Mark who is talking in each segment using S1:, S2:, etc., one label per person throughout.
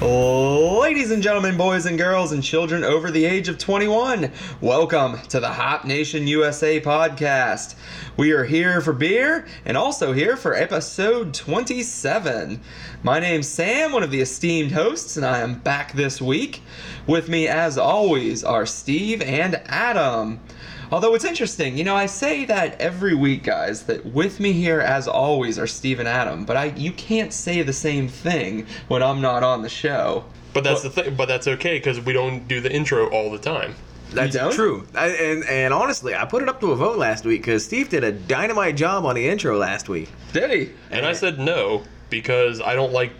S1: Ladies and gentlemen, boys and girls, and children over the age of 21, welcome to the Hop Nation USA podcast. We are here for beer and also here for episode 27. My name's Sam, one of the esteemed hosts, and I am back this week. With me, as always, are Steve and Adam. Although it's interesting, you know, I say that every week, guys, that with me here, as always, are Steve and Adam, but I you can't say the same thing when I'm not on the show.
S2: But that's the thing. But that's okay because we don't do the intro all the time.
S1: I don't?
S3: True. I, and and honestly, I put it up to a vote last week because Steve did a dynamite job on the intro last week.
S1: Did he?
S2: And I said no because I don't like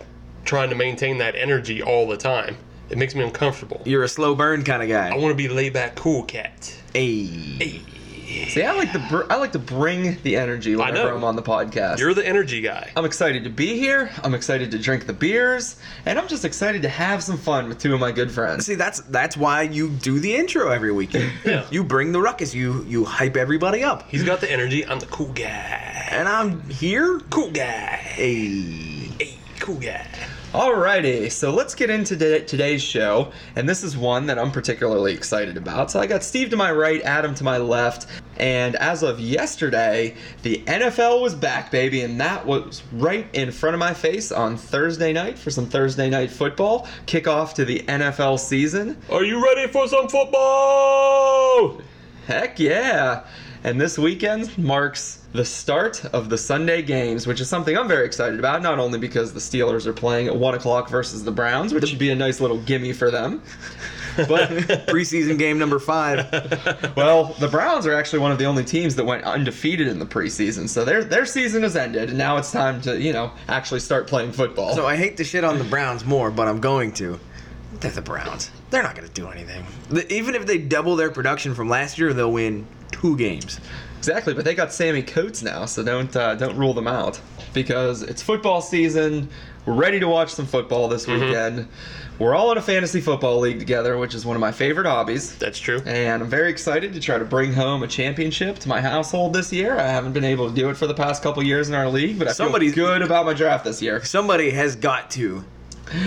S2: trying to maintain that energy all the time. It makes me uncomfortable.
S3: You're a slow burn kind of
S2: I
S3: guy.
S2: want to be laid back, cool cat.
S3: Hey.
S1: See, I like to br- I like to bring the energy whenever
S2: know.
S1: I'm on the podcast.
S2: You're the energy guy.
S1: I'm excited to be here. I'm excited to drink the beers, and I'm just excited to have some fun with two of my good friends.
S3: See, that's that's why you do the intro every week. You,
S2: Yeah.
S3: you bring the ruckus. You you hype everybody up.
S2: He's got the energy. I'm the cool guy.
S3: And I'm here.
S2: Cool guy.
S3: Hey.
S2: Hey, cool guy.
S1: Alrighty, so let's get into today- today's show, and this is one that I'm particularly excited about. So I got Steve to my right, Adam to my left, and as of yesterday, the NFL was back, baby, and that was right in front of my face on Thursday night for some Thursday night football kickoff to the NFL season.
S2: Are you ready for some football?
S1: Heck yeah! And this weekend marks the start of the Sunday games, which is something I'm very excited about, not only because the Steelers are playing at 1 o'clock versus the Browns, which should be a nice little gimme for them, but,
S3: Preseason game number five.
S1: well, the Browns are actually one of the only teams that went undefeated in the preseason, so their, their season has ended, and now it's time to, you know, actually start playing football.
S3: So I hate to shit on the Browns more, but I'm going to. They're the Browns. They're not going to do anything. The, even if they double their production from last year, they'll win two games.
S1: Exactly, but they got Sammy Coates now, so don't uh, don't rule them out because it's football season. We're ready to watch some football this weekend. We're all in a fantasy football league together, which is one of my favorite hobbies.
S2: That's true.
S1: And I'm very excited to try to bring home a championship to my household this year. I haven't been able to do it for the past couple years in our league, but I
S3: Somebody's-
S1: feel good about my draft this year.
S3: Somebody has got to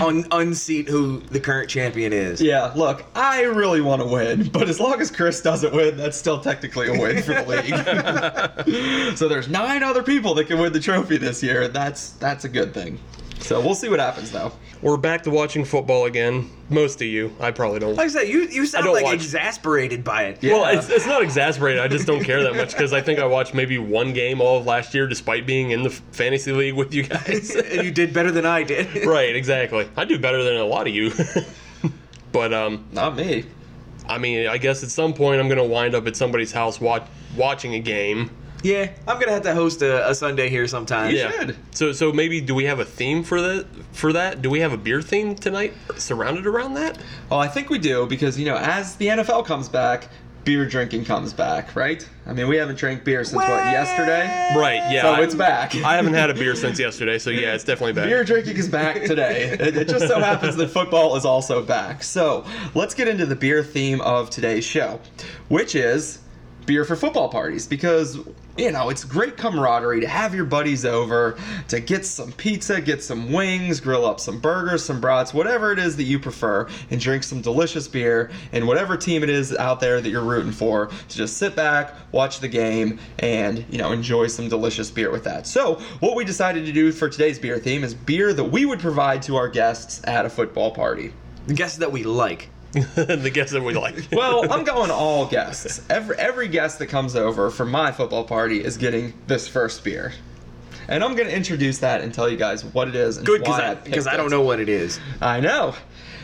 S3: un- unseat who the current champion is.
S1: Yeah, look, I really want to win, but as long as Chris doesn't win, that's still technically a win for the league. so there's nine other people that can win the trophy this year. and That's that's a good thing. So we'll see what happens though.
S2: We're back to watching football again. Most of you, I probably don't.
S3: Like I said, you, you sound
S2: don't
S3: like
S2: watch-
S3: exasperated by it.
S1: Yeah.
S2: Well, it's, it's not exasperated. I just don't care that much because I think I watched maybe one game all of last year, despite being in the f- fantasy league with you guys.
S3: you did better than I did.
S2: right, exactly. I do better than a lot of you. but um,
S1: Not me.
S2: I mean, I guess at some point I'm gonna wind up at somebody's house watch, watching a game.
S3: Yeah, I'm gonna have to host a, a Sunday here sometime.
S2: yeah.
S1: should.
S2: So so maybe do we have a theme for that? For that, do we have a beer theme tonight surrounded around that?
S1: Oh, I think we do because you know, as the NFL comes back, beer drinking comes back, right? I mean, we haven't drank beer since what yesterday.
S2: Right. Yeah.
S1: So
S2: I-
S1: it's back.
S2: I haven't had a beer since yesterday, so yeah, it's definitely back.
S1: Beer drinking is back today. It, it just so happens that football is also back. So let's get into the beer theme of today's show, which is beer for football parties because you know it's great camaraderie to have your buddies over to get some pizza get some wings grill up some burgers some brats whatever it is that you prefer and drink some delicious beer and whatever team it is out there that you're rooting for to just sit back watch the game and you know enjoy some delicious beer with that so what we decided to do for today's beer theme is beer that we would provide to our guests at a football party
S3: The guests that we like.
S2: the guess that we like.
S1: well, I'm going all guests. Every every guest that comes over for my football party is getting this first beer. And I'm going to introduce that and tell you guys what it is and
S3: Good,
S1: why
S3: because
S1: picked
S3: because I,
S1: it.
S3: don't know what it is.
S1: I know.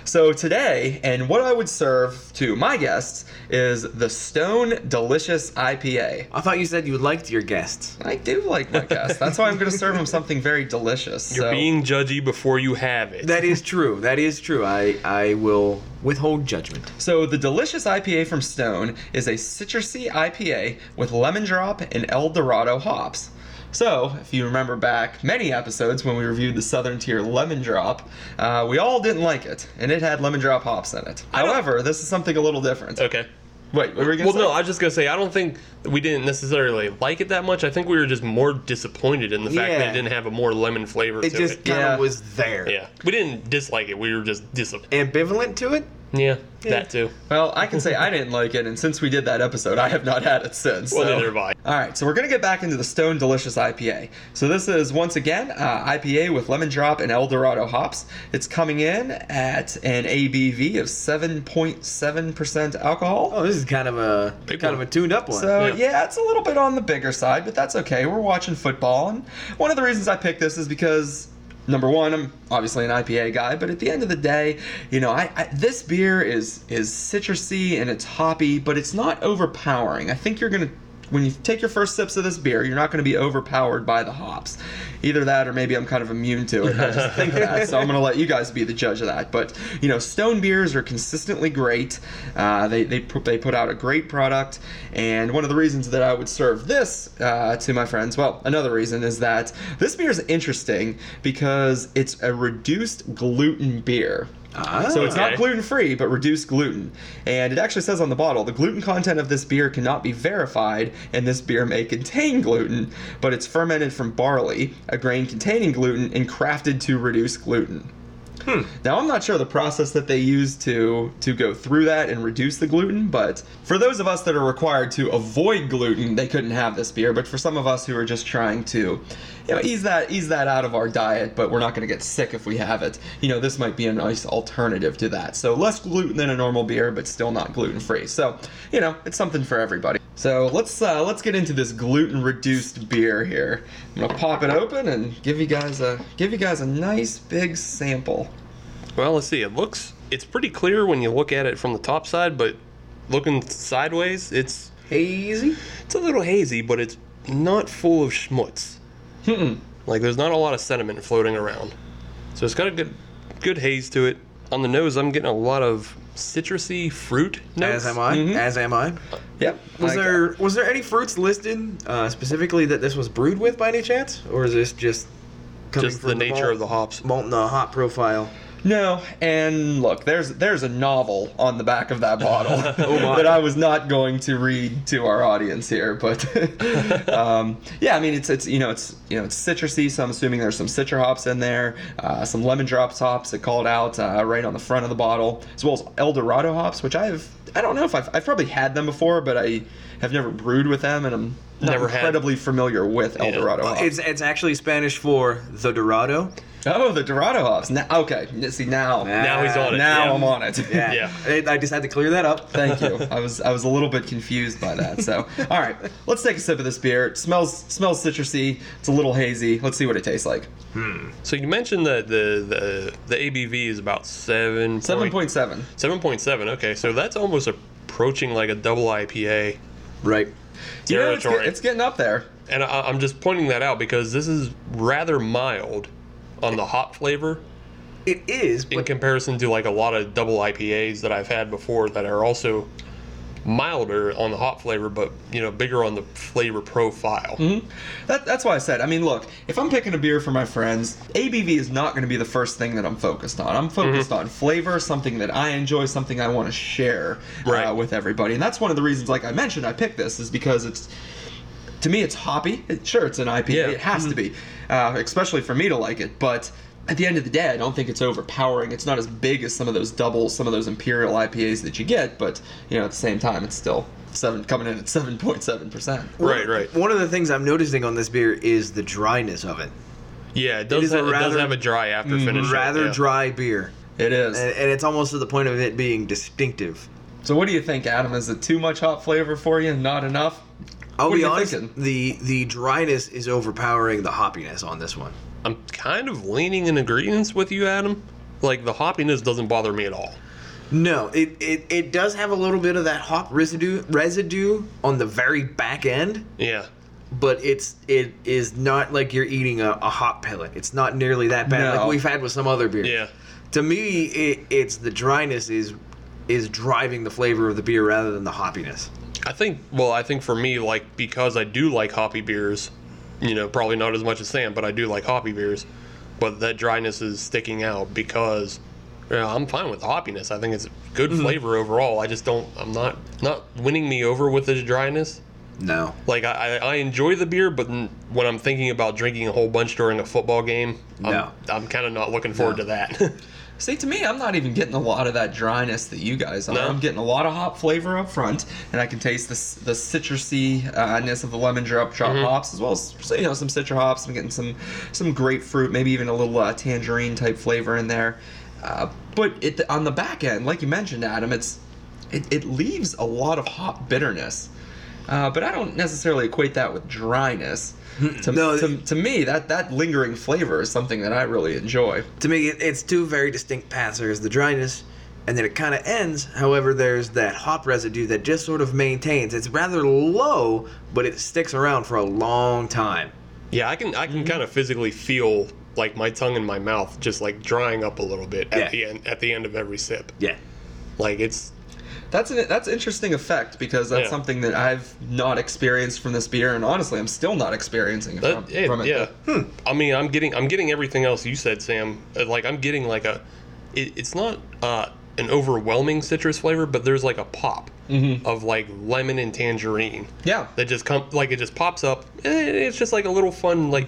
S1: So today, and what I would serve to my guests is the Stone Delicious IPA.
S3: I thought you said you liked your guests.
S1: I do like my guests. That's why I'm going to serve them something very delicious.
S2: You're
S1: so.
S2: being judgy before you have it.
S3: That is true. That is true. I I will withhold judgment.
S1: So the delicious IPA from Stone is a citrusy IPA with lemon drop and El Dorado hops. So, if you remember back many episodes when we reviewed the Southern Tier Lemon Drop, uh, we all didn't like it, and it had lemon drop hops in it.
S2: don't-
S1: However, this is something a little different.
S2: Okay.
S1: Wait, what were you gonna
S2: Well,
S1: say?
S2: no, I was just gonna say I don't think we didn't necessarily like it that much. I think we were just more disappointed in the fact that
S3: Yeah.
S2: it didn't have a more lemon flavor
S3: It
S2: to
S3: just
S2: it.
S3: kind of
S1: Yeah.
S3: was there.
S2: Yeah, we didn't dislike it. We were just disappointed.
S3: Ambivalent to it.
S2: Yeah, that too.
S1: Well, I can say I didn't like it, and since we did that episode, I have not had it since.
S2: Well,
S1: so-
S2: neither have I.
S1: All right, so we're gonna get back into the Stone Delicious IPA. So this is once again uh, IPA with lemon drop and El Dorado hops. It's coming in at an ABV of seven point seven percent alcohol.
S3: Oh, this is kind of a
S2: Big
S3: kind
S2: one.
S3: of a tuned up one.
S1: So
S2: Yeah.
S1: yeah. it's a little bit on the bigger side, but that's okay. We're watching football, and one of the reasons I picked this is because number one, I'm obviously an IPA guy, but at the end of the day, you know, I, I this beer is is citrusy and it's hoppy, but it's not overpowering. I think you're gonna. When you take your first sips of this beer, you're not going to be overpowered by the hops. Either that, or maybe I'm kind of immune to it. I just think that, so I'm going to let you guys be the judge of that. But you know, Stone beers are consistently great. Uh, they they put, they put out a great product, and one of the reasons that I would serve this uh, to my friends, well, another reason is that this beer is interesting because it's a reduced gluten beer.
S3: Ah.
S1: so it's
S2: Okay.
S1: not gluten free, but reduced gluten. And it actually says on the bottle the gluten content of this beer cannot be verified, and this beer may contain gluten, but it's fermented from barley, a grain containing gluten, and crafted to reduce gluten. Now I'm not sure the process that they use to to go through that and reduce the gluten, but for those of us that are required to avoid gluten, they couldn't have this beer. But for some of us who are just trying to, you know, ease that ease that out of our diet, but we're not going to get sick if we have it. You know, this might be a nice alternative to that. So less gluten than a normal beer, but still not gluten free. So you know, it's something for everybody. So let's uh, let's get into this gluten reduced beer here. I'm gonna pop it open and give you guys a give you guys a nice big sample.
S2: Well, let's see. It looks it's pretty clear when you look at it from the top side, but looking sideways, it's
S3: hazy.
S2: it's a little hazy, but it's not full of schmutz.
S1: Mm-mm.
S2: Like there's not a lot of sediment floating around, so it's got a good good haze to it. On the nose, I'm getting a lot of citrusy fruit notes. Mm-hmm.
S3: As am I.
S1: Mhm.
S3: As am I.
S1: Yep.
S3: Was
S1: I-
S3: there was there any fruits listed uh, specifically that this was brewed with by any chance, or is this just coming
S2: Just
S3: from
S2: the nature
S3: malt-
S2: of the hops.
S3: malt and the hop profile?
S1: No, and look, there's there's a novel on the back of that bottle
S3: Oh my.
S1: that I was not going to read to our audience here, but um, yeah, I mean it's it's you know it's you know it's citrusy, so I'm assuming there's some citra hops in there, uh, some lemon drops hops that called out uh, right on the front of the bottle, as well as El Dorado hops, which I've I don't know if I've I've probably had them before, but I have never brewed with them, and I'm not
S2: Never had-
S1: incredibly familiar with El
S2: Yeah.
S1: Dorado
S3: Well,
S1: hops.
S3: Uh, it's it's actually Spanish for the Dorado.
S1: Oh, the Dorado hops. Now, okay, see now,
S2: Now he's on it.
S1: now
S2: yeah.
S1: I'm on it.
S3: Yeah,
S2: Yeah.
S3: I- I just had to clear that up.
S1: Thank you. I was I was a little bit confused by that. So, all right, let's take a sip of this beer. It smells smells citrusy. It's a little hazy. Let's see what it tastes like.
S2: So you mentioned that the the, the ABV is about seven
S1: Seven point seven.
S2: seven point seven. Okay, so that's almost approaching like a double IPA.
S3: Right.
S1: You know, it's, get-
S2: Territory.
S1: it's getting up there.
S2: And I, I'm just pointing that out because this is rather mild on the hop flavor
S3: It is,
S2: in
S3: but
S2: comparison to like a lot of double IPAs that I've had before that are also milder on the hop flavor, but you know bigger on the flavor profile.
S1: That, that's why I said. I mean, look, if I'm picking a beer for my friends, ABV is not going to be the first thing that I'm focused on. I'm focused
S2: Mm-hmm.
S1: on flavor, something that I enjoy, something I want to share uh,
S2: Right.
S1: with everybody, and that's one of the reasons, like I mentioned, I picked this is because it's. To me, it's hoppy. It- sure, it's an IPA.
S2: Yeah. Mm-hmm.
S1: It has to be, uh, especially for me to like it. But at the end of the day, I don't think it's overpowering. It's not as big as some of those doubles, some of those imperial IPAs that you get. But you know, at the same time, it's still seven coming in at seven point seven percent.
S2: Right, right.
S3: One of the things I'm noticing on this beer is the dryness of it.
S2: Yeah, it does.
S3: is a
S2: have, it does
S3: rather-
S2: have a dry after finish.
S3: Rather
S2: yeah.
S3: dry beer,
S1: It is.
S3: and, and it's almost to the point of it being distinctive.
S1: So what do you think, Adam? Is it too much hot flavor for you? Not enough?
S3: I'll
S1: What are
S3: be
S1: you
S3: honest.
S1: thinking?
S3: The the dryness is overpowering the hoppiness on this one.
S2: I'm kind of leaning in agreement with you, Adam. Like the hoppiness doesn't bother me at all.
S3: No, it, it it does have a little bit of that hop residue residue on the very back end,
S2: Yeah.
S3: but it's it is not like you're eating a, a hop pellet. It's not nearly that bad
S1: No.
S3: like we've had with some other beers.
S2: Yeah.
S3: To me, it, it's the dryness is is driving the flavor of the beer rather than the hoppiness.
S2: I think well, I think for me, like because I do like hoppy beers, you know, probably not as much as Sam, but I do like hoppy beers. But that dryness is sticking out because Yeah, I'm fine with the hoppiness. I think it's good
S3: Mm-hmm.
S2: flavor overall. I just don't. I'm not not winning me over with this dryness.
S3: No.
S2: Like I, I I enjoy the beer, but n- when I'm thinking about drinking a whole bunch during a football game, I'm,
S3: No.
S2: I'm kind of not looking forward to
S3: No.
S2: that.
S1: See, to me, I'm not even getting a lot of that dryness that you guys are.
S2: No.
S1: I'm getting a lot of hop flavor up front, and I can taste the s- the citrusy uh, ness of the lemon drop drop hops, as well as so, you know some citra hops. I'm getting some some grapefruit, maybe even a little uh, tangerine type flavor in there. Uh, but it, on the back end, like you mentioned, Adam, it's it, it leaves a lot of hop bitterness. Uh, but I don't necessarily equate that with dryness. To,
S3: No,
S1: to, to me, that, that lingering flavor is something that I really enjoy.
S3: To me, it, it's two very distinct paths. There's the dryness, and then it kind of ends. However, there's that hop residue that just sort of maintains. It's rather low, but it sticks around for a long time.
S2: yeah, I can I can kind of physically feel like my tongue and my mouth just like drying up a little bit at
S3: Yeah.
S2: the end at the end of every sip.
S3: Yeah.
S2: Like it's
S1: That's an that's interesting effect because that's
S2: Yeah.
S1: something that I've not experienced from this beer, and honestly, I'm still not experiencing it
S2: That-
S1: from,
S2: yeah,
S1: from it.
S2: uh,
S1: Hmm.
S2: yeah. I mean, I'm getting I'm getting everything else you said, Sam. Uh, Like I'm getting like a, it, it's not uh, an overwhelming citrus flavor, but there's like a pop
S1: Mm-hmm.
S2: of like lemon and tangerine
S1: Yeah.
S2: that just come like it just pops up. and It's just like a little fun like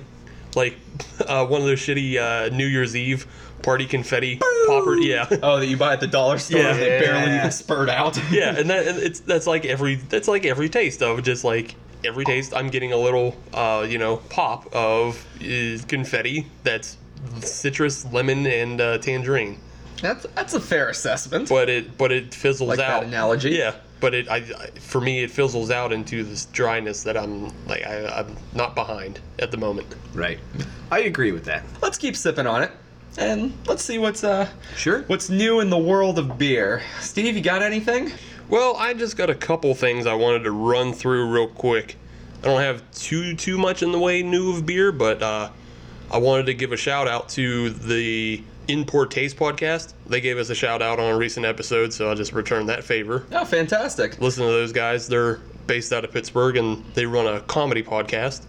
S2: like uh, one of those shitty uh, New Year's Eve party confetti popper. Yeah.
S1: Oh, that you buy at the dollar store and they
S3: Yeah.
S1: barely spurt out.
S2: yeah, and that and it's that's like every that's like every taste of just like every taste I'm getting a little uh you know pop of uh, confetti that's citrus, lemon, and uh, tangerine.
S1: that's that's a fair assessment.
S2: But it but it fizzles
S1: Like that
S2: out.
S1: analogy?
S2: Yeah, but it I, I for me it fizzles out into this dryness that I'm like I, I'm not behind at the moment.
S3: Right. I agree with that.
S1: Let's keep sipping on it, and let's see what's uh
S3: Sure.
S1: what's new in the world of beer. Steve, you got anything?
S2: Well, I just got a couple things I wanted to run through real quick. I don't have too too much in the way new of beer, but uh, I wanted to give a shout out to the In Poor Taste podcast. They gave us a shout out on a recent episode, so I'll just return that favor.
S1: Oh, fantastic.
S2: Listen to those guys. They're based out of Pittsburgh and they run a comedy podcast,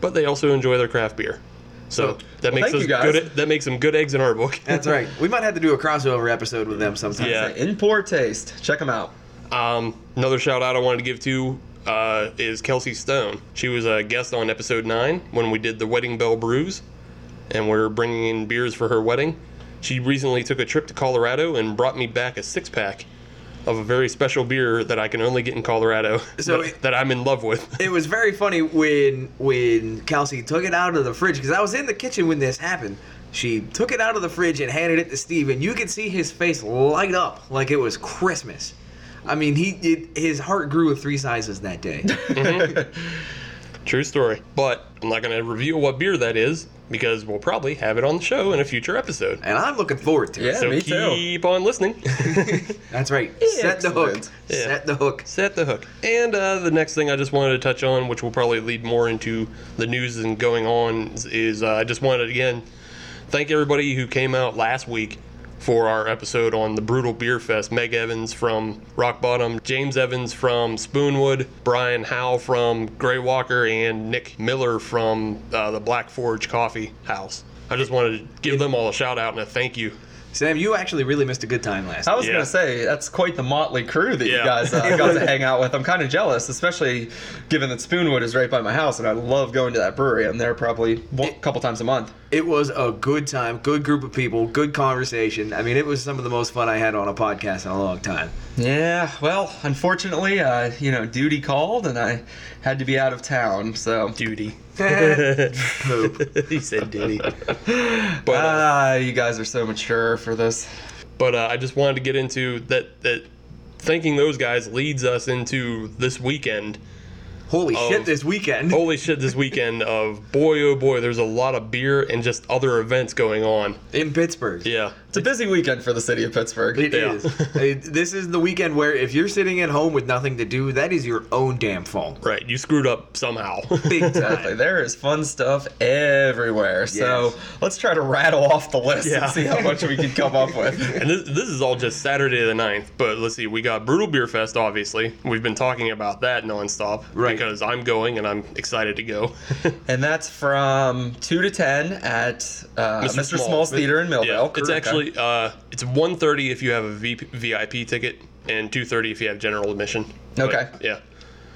S2: but they also enjoy their craft beer. So that
S1: Oh,
S2: makes
S1: thank
S2: us
S1: you, guys.
S2: good. e, That makes them good eggs in our book.
S3: That's right. We might have to do a crossover episode with them sometime.
S2: Yeah.
S1: In poor taste. Check them out.
S2: Um, another shout out I wanted to give to uh, is Kelsey Stone. She was a guest on episode nine when we did the Wedding Bell Brews, and we're bringing in beers for her wedding. She recently took a trip to Colorado and brought me back a six pack of a very special beer that I can only get in Colorado
S3: So
S2: that,
S3: it-
S2: that I'm in love with.
S3: It was very funny when when Kelsey took it out of the fridge because I was in the kitchen when this happened. She took it out of the fridge and handed it to Steve, and you could see his face light up like it was Christmas. I mean, he it, his heart grew three sizes that day.
S2: True story. But I'm not going to reveal what beer that is because we'll probably have it on the show in a future episode.
S3: and I'm looking forward to it.
S1: Yeah,
S2: so
S1: me too.
S2: keep on listening.
S3: That's right. Set the
S1: Excellent.
S3: hook.
S2: Yeah.
S3: Set the hook.
S2: Set the hook. And uh, the next thing I just wanted to touch on, which will probably lead more into the news and going on, is uh, I just wanted to again thank everybody who came out last week for our episode on the Brutal Beer Fest. Meg Evans from Rock Bottom, James Evans from Spoonwood, Brian Howe from Grey Walker, and Nick Miller from uh, the Black Forge Coffee House. I just wanted to give them all a shout out and a thank you.
S3: Sam, you actually really missed a good time last.
S1: I was
S2: Yeah.
S1: gonna say that's quite the motley crew that you
S2: Yeah.
S1: guys uh, got to hang out with. I'm kind of jealous, especially given that Spoonwood is right by my house, and I love going to that brewery. I'm there probably a couple times a month.
S3: It was a good time, good group of people, good conversation. I mean, it was some of the most fun I had on a podcast in a long time.
S1: Yeah, well, unfortunately, uh, you know, duty called, and I had to be out of town. So,
S2: Duty.
S3: Poop.
S2: he said duty. But, uh,
S1: ah, you guys are so mature for this.
S2: but uh, I just wanted to get into that that thanking those guys leads us into this weekend.
S3: Holy
S2: Oh.
S3: shit! This weekend.
S2: Holy shit, this weekend of boy oh boy, there's a lot of beer and just other events going on.
S3: In Pittsburgh.
S2: Yeah.
S1: It's a busy weekend for the city of Pittsburgh.
S3: it
S2: Yeah.
S3: is. Uh, this is the weekend where if you're sitting at home with nothing to do, that is your own damn fault.
S2: Right, you screwed up somehow.
S3: Big
S1: Exactly.
S3: time.
S1: There is fun stuff everywhere. So
S3: Yes.
S1: let's try to rattle off the list
S2: Yeah.
S1: and see how much we can come up with.
S2: and this, this is all just Saturday the 9th, but let's see, we got Brutal Beer Fest, obviously. We've been talking about that nonstop.
S3: Right.
S2: Because I'm going and I'm excited to go.
S1: And that's from 2 to 10 at uh, Mr.
S2: Mr.
S1: Small's
S2: Small's.
S1: Theater in Millville.
S2: yeah, it's actually actually uh, it's 130 if you have a v- VIP ticket and 230 if you have general admission. But,
S1: Okay.
S2: yeah.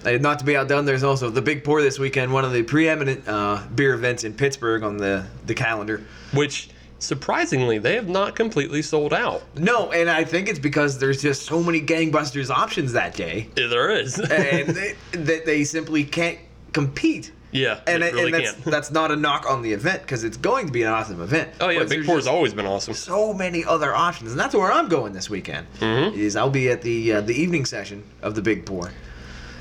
S3: And not to be outdone, there's also the Big Pour this weekend, one of the preeminent uh, beer events in Pittsburgh on the, the calendar.
S2: Which surprisingly they have not completely sold out.
S3: No, and I think it's because there's just so many gangbusters options that day,
S2: Yeah, There is.
S3: and they, that they simply can't compete.
S2: yeah.
S3: And,
S2: they
S3: it-
S2: really
S3: and that's,
S2: can't.
S3: that's not a knock on the event because it's going to be an awesome event.
S2: oh yeah,
S3: But
S2: Big
S3: there's
S2: Four's
S3: just
S2: always been awesome.
S3: So many other options, and that's where I'm going this weekend.
S2: Mm-hmm.
S3: Is I'll be at the uh, the evening session of the Big Pour,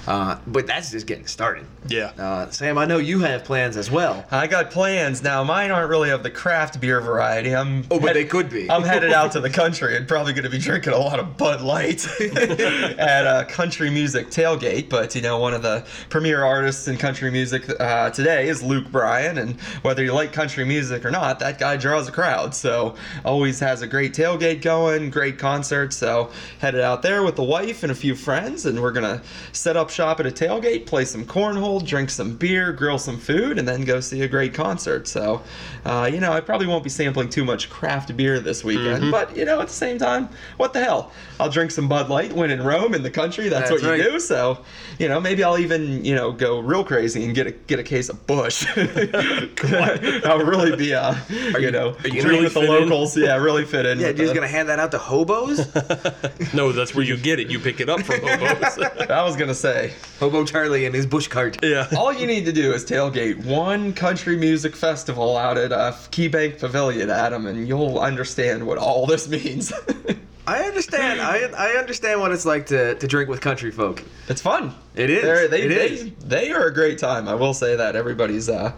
S3: uh, but that's just getting started.
S2: Yeah.
S3: Uh, Sam, I know you have plans as well.
S1: I got plans now. Mine aren't really of the craft beer variety. I'm
S3: Oh, but they could be.
S1: I'm headed out to the country and probably going to be drinking a lot of Bud Light at a country music tailgate. But you know, one of the premier artists in country music uh, today is Luke Bryan, and whether you like country music or not, that guy draws a crowd. So always has a great tailgate going, great concert. So headed out there with the wife and a few friends, and we're gonna set up shop at a tailgate, play some cornhole, drink some beer, grill some food, and then go see a great concert. So, uh, you know, I probably won't be sampling too much craft beer this weekend, but you know, at the same time, what the hell? I'll drink some Bud Light when in Rome in the country. That's,
S3: That's
S1: what you
S3: right.
S1: do. So, you know, maybe I'll even you know go real crazy and get a get a case of Bush. I'll really be uh, you, know,
S2: you
S1: drink
S2: really
S1: with the
S2: fit in?
S1: locals. Yeah, really fit in.
S3: Yeah,
S1: with
S3: you're just
S1: the-
S3: gonna hand that out to hobos?
S2: No, that's where you get it. You pick it up from Hobos.
S1: I was gonna say.
S3: Hobo Charlie and his bush cart.
S2: yeah.
S1: All you need to do is tailgate one country music festival out at uh, KeyBank Pavilion, Adam, and you'll understand what all this means.
S3: I understand. I I understand what it's like to, to drink with country folk.
S1: it's fun.
S3: It is.
S1: They're- They,
S3: It
S1: they,
S3: is.
S1: they are a great time. I will say that everybody's uh,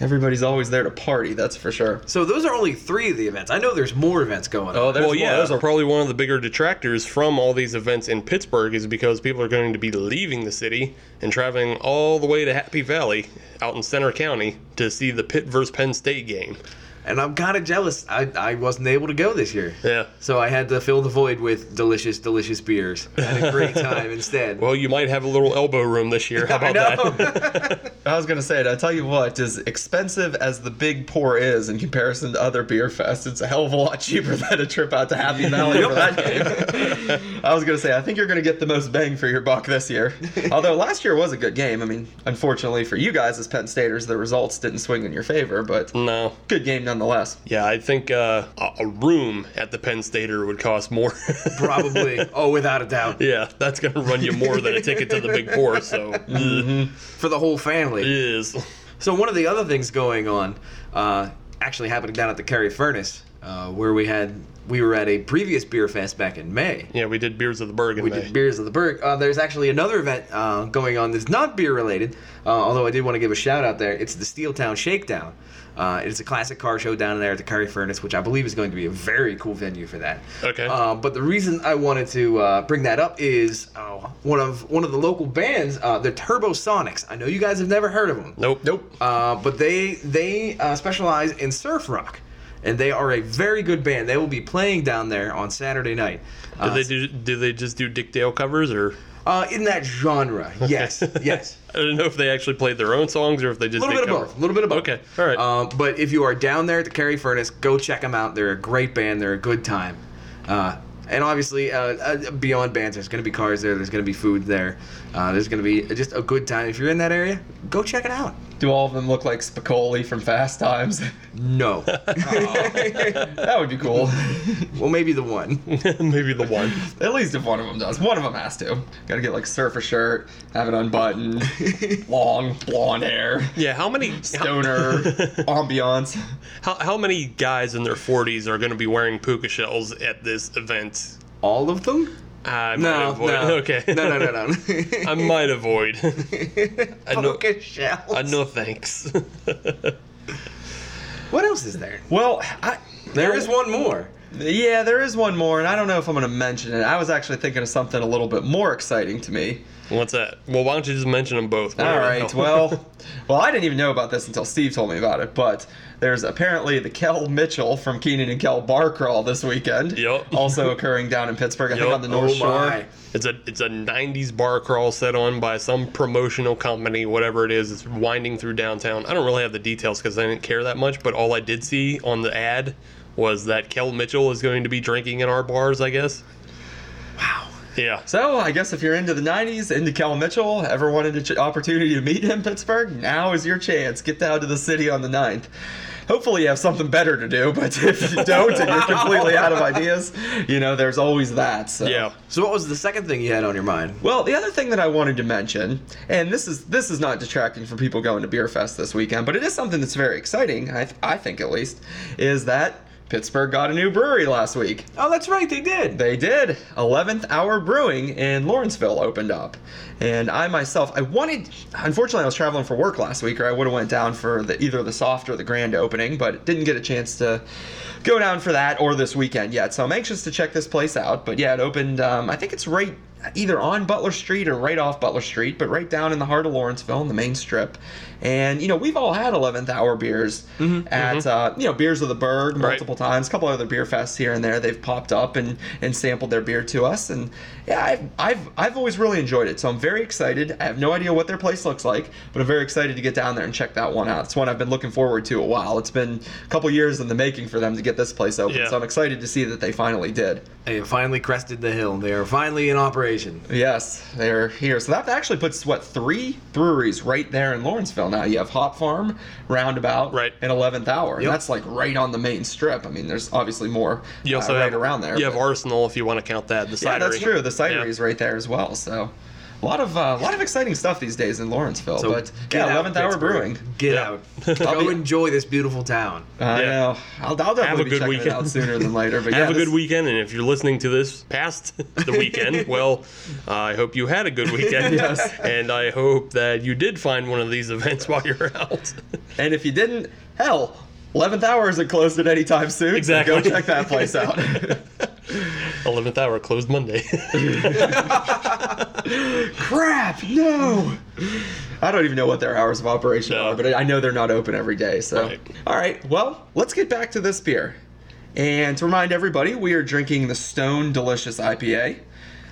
S1: everybody's always there to party. That's for sure.
S3: So those are only three of the events. I know there's more events going on.
S1: Oh, there's
S2: well, yeah,
S1: more.
S2: that's probably one of the bigger detractors from all these events in Pittsburgh is because people are going to be leaving the city and traveling all the way to Happy Valley out in Center County to see the Pitt versus Penn State game.
S3: and I'm kind of jealous. I, I wasn't able to go this year.
S2: Yeah.
S3: So I had to fill the void with delicious, delicious beers. I had a great time instead.
S2: Well, you might have a little elbow room this year. How
S3: I
S2: about
S3: know.
S2: that?
S1: I was gonna say it. I tell you what, as expensive as the Big Pour is in comparison to other beer fests, it's a hell of a lot cheaper than a trip out to Happy Valley for that game. I was gonna say I think you're gonna get the most bang for your buck this year. Although last year was a good game. I mean, unfortunately for you guys as Penn Staters, the results didn't swing in your favor, but
S2: no.
S1: good game nonetheless.
S2: Yeah, I think uh, a- a room at the Penn Stater would cost more.
S3: Probably. Oh, without a doubt.
S2: yeah, that's going to run you more than a ticket to the Big Four. So,
S3: Mm-hmm. For the whole family.
S2: it is.
S3: So one of the other things going on, uh, actually happening down at the Kerry Furnace, uh, where we had we were at a previous beer fest back in May.
S2: Yeah, we did Beers of the Berg in
S3: We
S2: May.
S3: did beers of the Berg. Uh, there's actually another event uh, going on that's not beer related, uh, although I did want to give a shout out there. It's the Steel Town Shakedown. Uh, it's a classic car show down there at the Curry Furnace, which I believe is going to be a very cool venue for that.
S2: Okay.
S3: Uh, but the reason I wanted to uh, bring that up is oh, one of one of the local bands, uh, the Turbo Sonics. I know you guys have never heard of them.
S2: nope. Nope.
S3: Uh, but they they uh, specialize in surf rock, and they are a very good band. They will be playing down there on Saturday night.
S2: Do
S3: Uh,
S2: they do? Do they just do Dick Dale covers or?
S3: uh, in that genre, yes, yes.
S2: I don't know if they actually played their own songs or if they just
S3: A little
S2: did
S3: bit of
S2: cover-
S3: both. A little bit of both.
S2: Okay, all right.
S3: Um, but if you are down there at the Kerry Furnace, go check them out. They're a great band. They're a good time. Uh, and obviously, uh, uh, beyond bands, there's going to be cars there. There's going to be food there. Uh, there's going to be just a good time. If you're in that area, go check it out.
S1: Do all of them look like Spicoli from Fast Times?
S3: No.
S1: that would be cool.
S3: well, maybe the one.
S2: Maybe the one.
S1: At least if one of them does. One of them has to. Gotta get like surfer shirt, have it unbuttoned, long blonde hair,
S2: Yeah. How many? How,
S1: stoner, ambiance.
S2: how, how many guys in their forties are going to be wearing puka shells at this event?
S3: All of them?
S2: I might
S3: No,
S2: avoid.
S3: no.
S2: Okay.
S3: No, no, no, no.
S2: I might avoid. I know.
S3: Puka shells.
S2: I know. Thanks.
S3: What else is there?
S1: Well, I,
S3: There is one more.
S1: yeah, there is one more, and I don't know if I'm gonna mention it. I was actually thinking of something a little bit more exciting to me.
S2: What's that? Well, why don't you just mention them both?
S1: All
S2: Whatever the
S1: right.
S2: hell.
S1: Well, well, I didn't even know about this until Steve told me about it. But there's apparently the Kel Mitchell from Keenan and Kel Bar Crawl this weekend.
S2: Yup.
S1: Also occurring down in Pittsburgh, I think
S2: Yup.
S1: on the North
S3: Oh
S1: Shore.
S3: my.
S2: It's a it's a '90s bar crawl set on by some promotional company, whatever it is. It's winding through downtown. I don't really have the details because I didn't care that much, but all I did see on the ad was that Kel Mitchell is going to be drinking in our bars, I guess.
S3: Wow.
S2: Yeah.
S1: So I guess if you're into the '90s, into Cal Mitchell, ever wanted an ch- opportunity to meet him, Pittsburgh, now is your chance. Get down to the city on the 9th. Hopefully, you have something better to do. But if you don't, and you're completely out of ideas, you know there's always that. So.
S2: Yeah.
S3: So what was the second thing you had on your mind?
S1: Well, the other thing that I wanted to mention, and this is this is not detracting from people going to Beer Fest this weekend, but it is something that's very exciting. I, th- I think at least is that Pittsburgh got a new brewery last week.
S3: Oh, that's right, they did.
S1: They did. 11th Hour Brewing in Lawrenceville opened up. And I myself, I wanted, unfortunately, I was traveling for work last week, or I would have went down for the, either the soft or the grand opening, but didn't get a chance to go down for that or this weekend yet. So I'm anxious to check this place out. But yeah, it opened, um, I think it's right either on Butler Street or right off Butler Street, but right down in the heart of Lawrenceville in the main strip. And, you know, we've all had 11th Hour beers at, Uh, you know, Beers of the Berg multiple times, a couple other beer fests here and there. They've popped up and, and sampled their beer to us. And yeah, I've, I've, I've always really enjoyed it. So I'm very excited. I have no idea what their place looks like, but I'm very excited to get down there and check that one out. It's one I've been looking forward to a while. It's been a couple years in the making for them to get this place open.
S2: Yeah.
S1: So I'm excited to see that they finally did.
S3: They finally crested the hill. They are finally in operation.
S1: Yes, they're here. So that actually puts what three breweries right there in Lawrenceville now. You have Hop Farm, Roundabout,
S2: Right.
S1: and Eleventh Hour. And
S3: Yep.
S1: that's like right on the main strip. I mean, there's obviously more
S2: You also
S1: uh, right
S2: have
S1: around there.
S2: You have
S1: but-
S2: Arsenal if you want to count that. The
S1: yeah,
S2: cidery.
S1: that's true. The cidery
S2: Yeah.
S1: is right there as well. So a lot of uh, a lot of exciting stuff these days in Lawrenceville.
S3: So
S1: but
S3: get
S1: yeah,
S3: out,
S1: Eleventh Hour
S3: Pittsburgh.
S1: Brewing.
S3: Get
S2: Yeah.
S3: out.
S1: I'll
S3: Go
S1: be-
S3: enjoy this beautiful town.
S1: I
S2: Yeah.
S1: know. I'll, I'll definitely
S2: Have a
S1: be
S2: good
S1: checking it
S2: weekend.
S1: out sooner than later. But yeah,
S2: Have a
S1: this-
S2: good weekend, and if you're listening to this past the weekend, well, I hope you had a good weekend,
S1: Yes.
S2: and I hope that you did find one of these events while you're out.
S1: And if you didn't, hell, 11th Hour isn't closed at any time soon. so
S2: Exactly.
S1: go check that place out.
S2: Eleventh hour closed Monday.
S1: Crap! No. I don't even know what their hours of operation
S2: No.
S1: are, but I know they're not open every day. So,
S2: Right.
S1: all right. Well, let's get back to this beer. And to remind everybody, we are drinking the Stone Delicious IPA,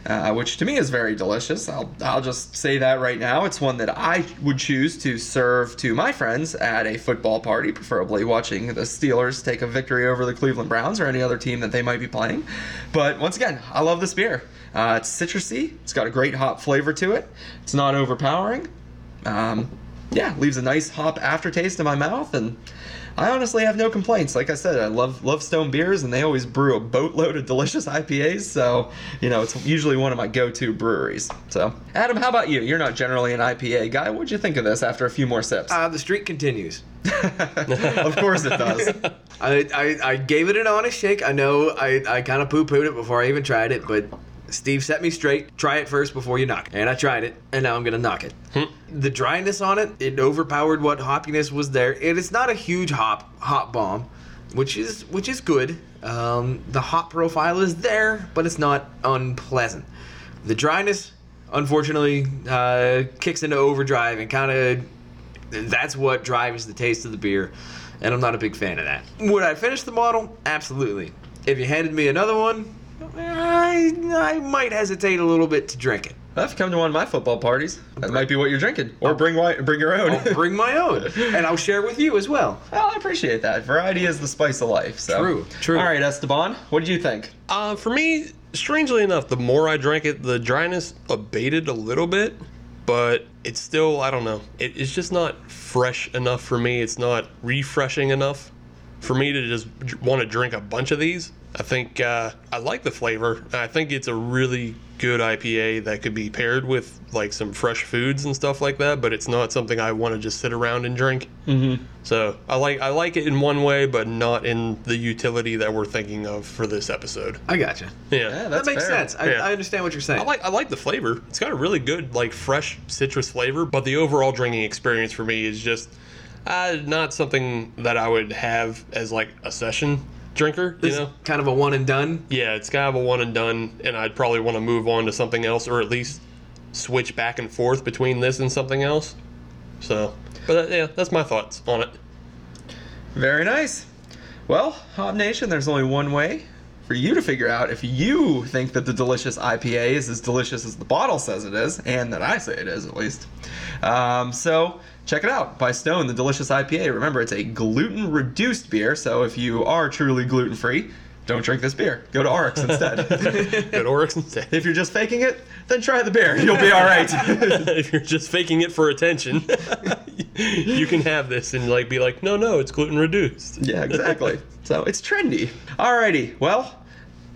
S1: uh, which to me is very delicious. I'll, I'll just say that right now. It's one that I would choose to serve to my friends at a football party, preferably watching the Steelers take a victory over the Cleveland Browns or any other team that they might be playing. But once again, I love this beer. Uh, it's citrusy, it's got a great hop flavor to it, it's not overpowering. Um, yeah, leaves a nice hop aftertaste in my mouth, and I honestly have no complaints. Like I said, I love love Stone beers, and they always brew a boatload of delicious IPAs. So you know, it's usually one of my go-to breweries. So Adam, how about you? You're not generally an IPA guy. What'd you think of this after a few more sips?
S3: Uh, the streak continues.
S1: of course it does.
S3: I, I, I gave it an honest shake. I know I, I kind of poo pooed it before I even tried it, but Steve set me straight. Try it first before you knock. it. And I tried it, and now I'm going to knock it. the dryness on it, it overpowered what hoppiness was there. It is not a huge hop hop bomb, which is which is good. Um, the hop profile is there, but it's not unpleasant. The dryness, unfortunately, uh, kicks into overdrive and kind of that's what drives the taste of the beer, and I'm not a big fan of that. Would I finish the bottle? Absolutely. If you handed me another one, I, I might hesitate a little bit to drink it.
S1: I've come to one of my football parties. That might be what you're drinking,
S3: Oh.
S1: or bring wi- bring your own.
S3: I'll bring my own, and I'll share with you as well.
S1: well, I appreciate that. Variety is the spice of life. So.
S3: True, true.
S1: All right, Esteban, what did you think?
S2: uh, for me, strangely enough, the more I drank it, the dryness abated a little bit, but it's still I don't know. It, it's just not fresh enough for me. It's not refreshing enough for me to just want to drink a bunch of these. I think uh, I like the flavor. I think it's a really good IPA that could be paired with like some fresh foods and stuff like that. But it's not something I want to just sit around and drink.
S1: Mm-hmm.
S2: So I like I like it in one way, but not in the utility that we're thinking of for this episode.
S3: I gotcha.
S2: Yeah,
S1: Yeah,
S3: That
S1: that's
S3: makes
S1: fair.
S3: sense. I,
S2: Yeah.
S3: I understand what you're saying.
S2: I like I like the flavor. It's got a really good like fresh citrus flavor, but the overall drinking experience for me is just uh, not something that I would have as like a session drinker. You
S3: This is
S2: know.
S3: kind of a one and done.
S2: Yeah, it's kind of a one and done, and I'd probably want to move on to something else, or at least switch back and forth between this and something else. So, but uh, yeah, that's my thoughts on it.
S1: Very nice. Well, Hop Nation, there's only one way for you to figure out if you think that the delicious IPA is as delicious as the bottle says it is, and that I say it is at least. Um, so check it out by Stone, the delicious IPA. Remember, it's a gluten reduced beer, so if you are truly gluten free, don't drink this beer. Go to Oryx instead.
S2: Good Oryx instead.
S1: if you're just faking it, then try the beer. You'll be all right.
S2: if you're just faking it for attention, you can have this and like be like, no, no, it's gluten reduced.
S1: Yeah, exactly. so it's trendy. Alrighty, well,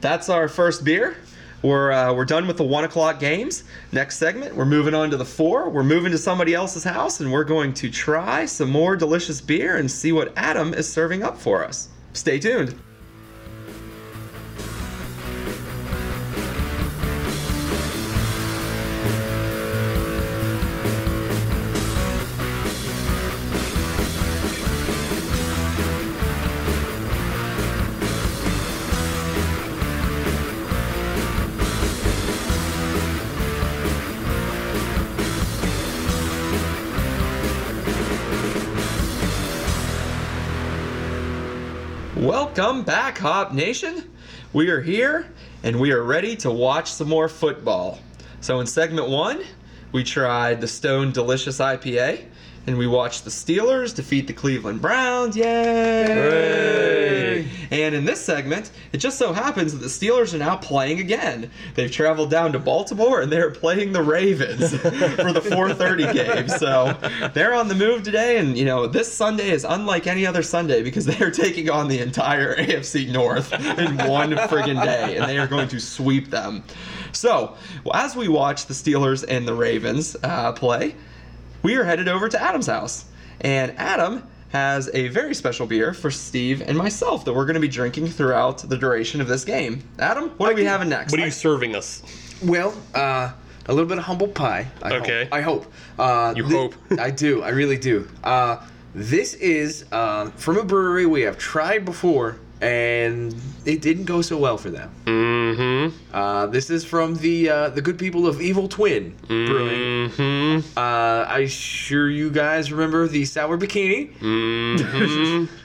S1: that's our first beer. We're uh, we're done with the one o'clock games. Next segment, we're moving on to the four. We're moving to somebody else's house, and we're going to try some more delicious beer and see what Adam is serving up for us. Stay tuned. Welcome back, Hop Nation. We are here and we are ready to watch some more football. So, in segment one, we tried the Stone Delicious IPA and we watched the Steelers defeat the Cleveland Browns. Yay!
S2: Hooray!
S1: And in this segment, it just so happens that the Steelers are now playing again. They've traveled down to Baltimore and they're playing the Ravens for the 4:30 game. So they're on the move today, and you know this Sunday is unlike any other Sunday because they are taking on the entire AFC North in one friggin' day, and they are going to sweep them. So well, as we watch the Steelers and the Ravens uh, play, we are headed over to Adam's house. And Adam has a very special beer for Steve and myself that we're going to be drinking throughout the duration of this game. Adam, what are we having next?
S2: What are you serving us?
S3: Well, uh, a little bit of humble pie. I
S2: Okay.
S3: Hope. I hope. Uh,
S2: You
S3: thi-
S2: hope.
S3: I do. I really do. Uh, this is uh, from a brewery we have tried before, and it didn't go so well for them.
S2: Mm-hmm.
S3: Uh, this is from the uh, the good people of Evil Twin
S2: Mm.
S3: Brewing.
S2: Mm-hmm.
S3: Uh, I sure you guys remember the sour bikini.
S2: Mm-hmm.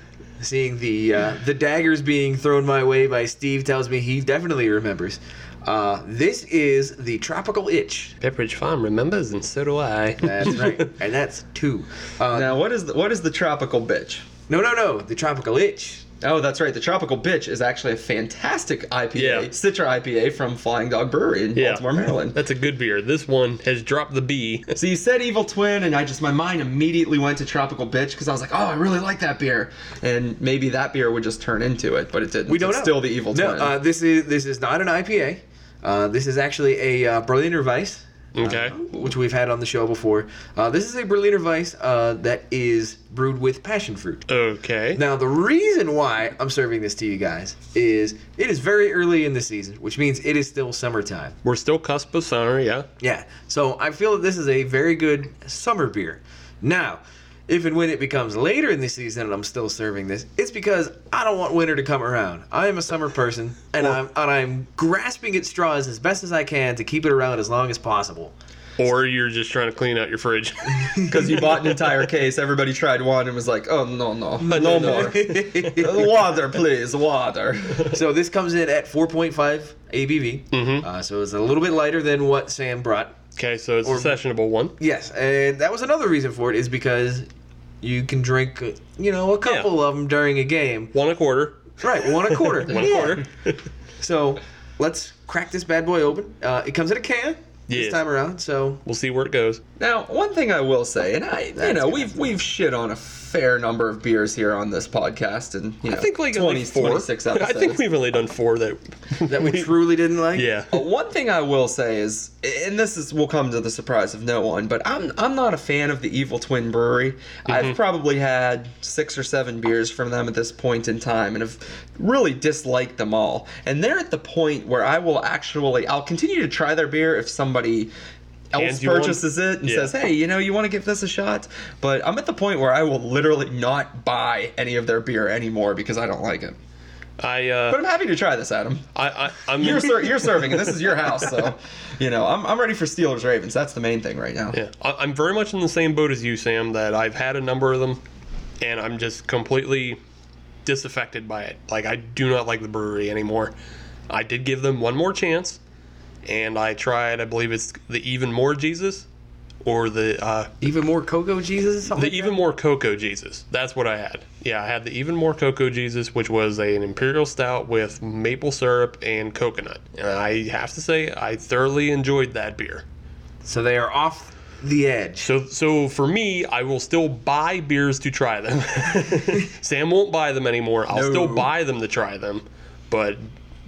S3: Seeing the uh, the daggers being thrown my way by Steve tells me he definitely remembers. Uh, this is the Tropical Itch.
S2: Pepperidge Farm remembers, and so do I.
S3: That's right, and that's two. Uh,
S1: now, what is the, what is the tropical bitch?
S3: no, no, no, the Tropical Itch.
S1: Oh, that's right. The tropical bitch is actually a fantastic IPA,
S2: Yeah.
S1: Citra IPA from Flying Dog Brewery in
S2: Yeah.
S1: Baltimore, Maryland.
S2: That's a good beer. This one has dropped the B.
S1: So you said Evil Twin, and I just my mind immediately went to Tropical Bitch because I was like, oh, I really like that beer, and maybe that beer would just turn into it, but it didn't.
S3: We don't
S1: it's
S3: know.
S1: Still the Evil
S3: No,
S1: Twin.
S3: uh, this is this is not an IPA. Uh, this is actually a uh, Berliner Weiss.
S2: Okay.
S3: uh, which we've had on the show before. Uh, this is a Berliner Weiss uh, that is brewed with passion fruit.
S2: Okay.
S3: Now, the reason why I'm serving this to you guys is it is very early in the season, which means it is still summertime.
S2: We're still cusp of summer, yeah.
S3: Yeah, so I feel that this is a very good summer beer. Now, if and when it becomes later in the season and I'm still serving this, it's because I don't want winter to come around. I am a summer person, and I'm and I'm grasping at straws as best as I can to keep it around as long as possible.
S2: Or you're just trying to clean out your fridge.
S1: Because you bought an entire case, everybody tried one and was like, oh, no, no, no,
S2: no, no.
S1: more. water, please, water.
S3: So this comes in at 4.5 ABV. Uh, so it's a little bit lighter than what Sam brought.
S2: okay, so it's a sessionable one.
S3: Yes, and that was another reason for it is because you can drink, uh, you know, a couple of 'em of them during a game.
S2: One a quarter.
S3: Right, one a quarter.
S2: One
S3: Yeah.
S2: quarter.
S3: So let's crack this bad boy open. Uh, it comes in a can
S2: Yes.
S3: this time around. So
S2: we'll see where it goes.
S1: Now, one thing I will say, and I, you know, we've we've shit on a fair number of beers here on this podcast, and you know,
S2: I think like
S1: 20,
S2: only four.
S1: 26
S2: I
S1: episodes.
S2: think we've only done four that.
S3: that we truly didn't like.
S2: Yeah.
S1: Uh, One thing I will say is, and this is will come to the surprise of no one, but I'm I'm not a fan of the Evil Twin Brewery.
S2: Mm-hmm.
S1: I've probably had six or seven beers from them at this point in time, and have really disliked them all. And they're at the point where I will actually I'll continue to try their beer if somebody else
S2: Hands you one?
S1: purchases it and
S2: Yeah.
S1: says, "Hey, you know, you want to give this a shot?" But I'm at the point where I will literally not buy any of their beer anymore because I don't like it.
S2: I
S1: But
S2: uh,
S1: I'm happy to try this, Adam.
S2: I, I I'm
S1: You're, ser- you're serving, and this is your house, so you know I'm, I'm ready for Steelers Ravens. That's the main thing right now.
S2: Yeah, I, I'm very much in the same boat as you, Sam. That I've had a number of them, and I'm just completely disaffected by it. Like I do not like the brewery anymore. I did give them one more chance, and I tried. I believe it's the even more Jesus, or the uh,
S3: Even more Cocoa Jesus. or
S2: the e
S3: Something like
S2: even more cocoa Jesus. That's what I had. Yeah, I had the even more cocoa Jesus, which was an imperial stout with maple syrup and coconut. And I have to say, I thoroughly enjoyed that beer.
S3: that? So they are off the edge.
S2: So, so for me, I will still buy beers to try them. Sam won't buy them anymore. I'll
S1: No.
S2: still buy them to try them, but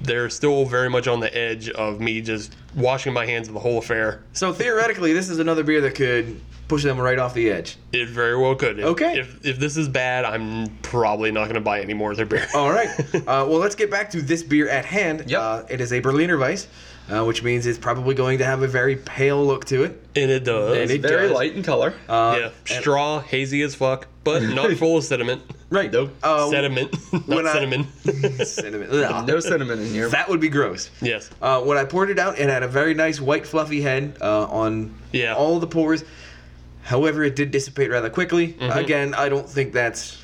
S2: they're still very much on the edge of me just washing my hands of the whole affair.
S3: So theoretically, this is another beer that could push them right off the edge.
S2: It very well could. If-
S3: Okay.
S2: If, if this is bad, I'm probably not going to buy any more of their beer.
S3: All right. Uh, well, let's get back to this beer at hand.
S1: Yep.
S3: Uh, it is a Berliner Weiss, uh, which means it's probably going to have a very pale look to it. Uh,
S2: And it does.
S3: And it-
S1: Very
S3: does.
S1: light in color.
S2: yeah. Uh, Straw, hazy as fuck, but not full of sediment.
S1: right. No,
S3: Uh,
S2: Sediment, not
S3: when I-
S2: cinnamon.
S3: cinnamon. Ugh.
S1: no cinnamon in here.
S3: Uh, That would be gross.
S2: yes.
S3: Uh, when I poured it out, it had a very nice white fluffy head uh, on
S2: Yeah.
S3: all the pores. However, it did dissipate rather quickly.
S1: Mm-hmm.
S3: Again, I don't think that's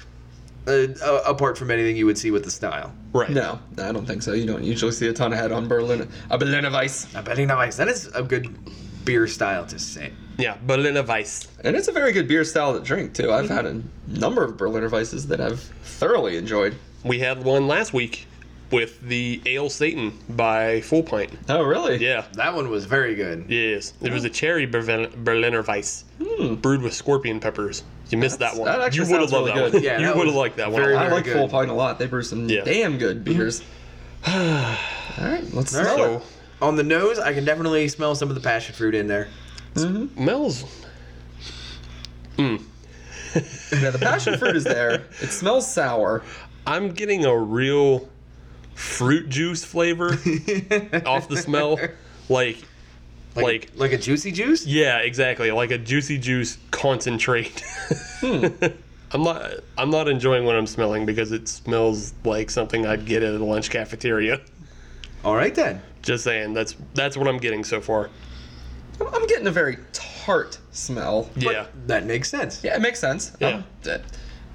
S3: uh, uh, apart from anything you would see with the style.
S2: Right.
S1: no, I don't think so. You don't usually see a ton of head on Berlin, a Berliner Weiss,
S3: I bet nice. That is a good beer style to say.
S2: Yeah. Berliner Weiss.
S1: and it's a very good beer style to drink too. I've had a number of Berliner Weisses that I've thoroughly enjoyed.
S2: We had one last week with the Ale Satan by Full Pint.
S1: Oh, really?
S2: Yeah.
S3: That one was very good.
S2: Yes. It was a cherry Berven- Berliner Weiss
S3: Hmm.
S2: brewed with scorpion peppers. You missed that one.
S1: that actually
S2: you would have
S1: sounds
S2: loved
S1: really
S2: that
S1: good.
S2: one.
S3: Yeah,
S2: you
S3: that
S2: would have
S3: was
S2: liked that
S3: very-
S2: one. a
S1: I
S2: lot.
S1: like
S3: good.
S1: Full Pine a lot. They brew some
S2: Yeah.
S1: damn good beers. All right, let's
S3: All
S1: smell
S3: right.
S1: it.
S2: So,
S3: On the nose, I can definitely smell some of the passion fruit in there.
S2: Mel's.
S1: Yeah, the passion fruit is there. It smells sour.
S2: I'm getting a real fruit juice flavor off the smell. Like, like,
S3: Like a juicy juice?
S2: yeah, exactly. Like a juicy juice concentrate. Hmm. I'm not. I'm not enjoying what I'm smelling because it smells like something I'd get at a lunch cafeteria.
S3: All right then.
S2: Just saying. That's that's what I'm getting so far.
S1: I'm, I'm getting a very tart smell.
S2: Yeah.
S3: That makes sense.
S1: Yeah, it makes sense.
S2: Yeah.
S1: I'm, uh,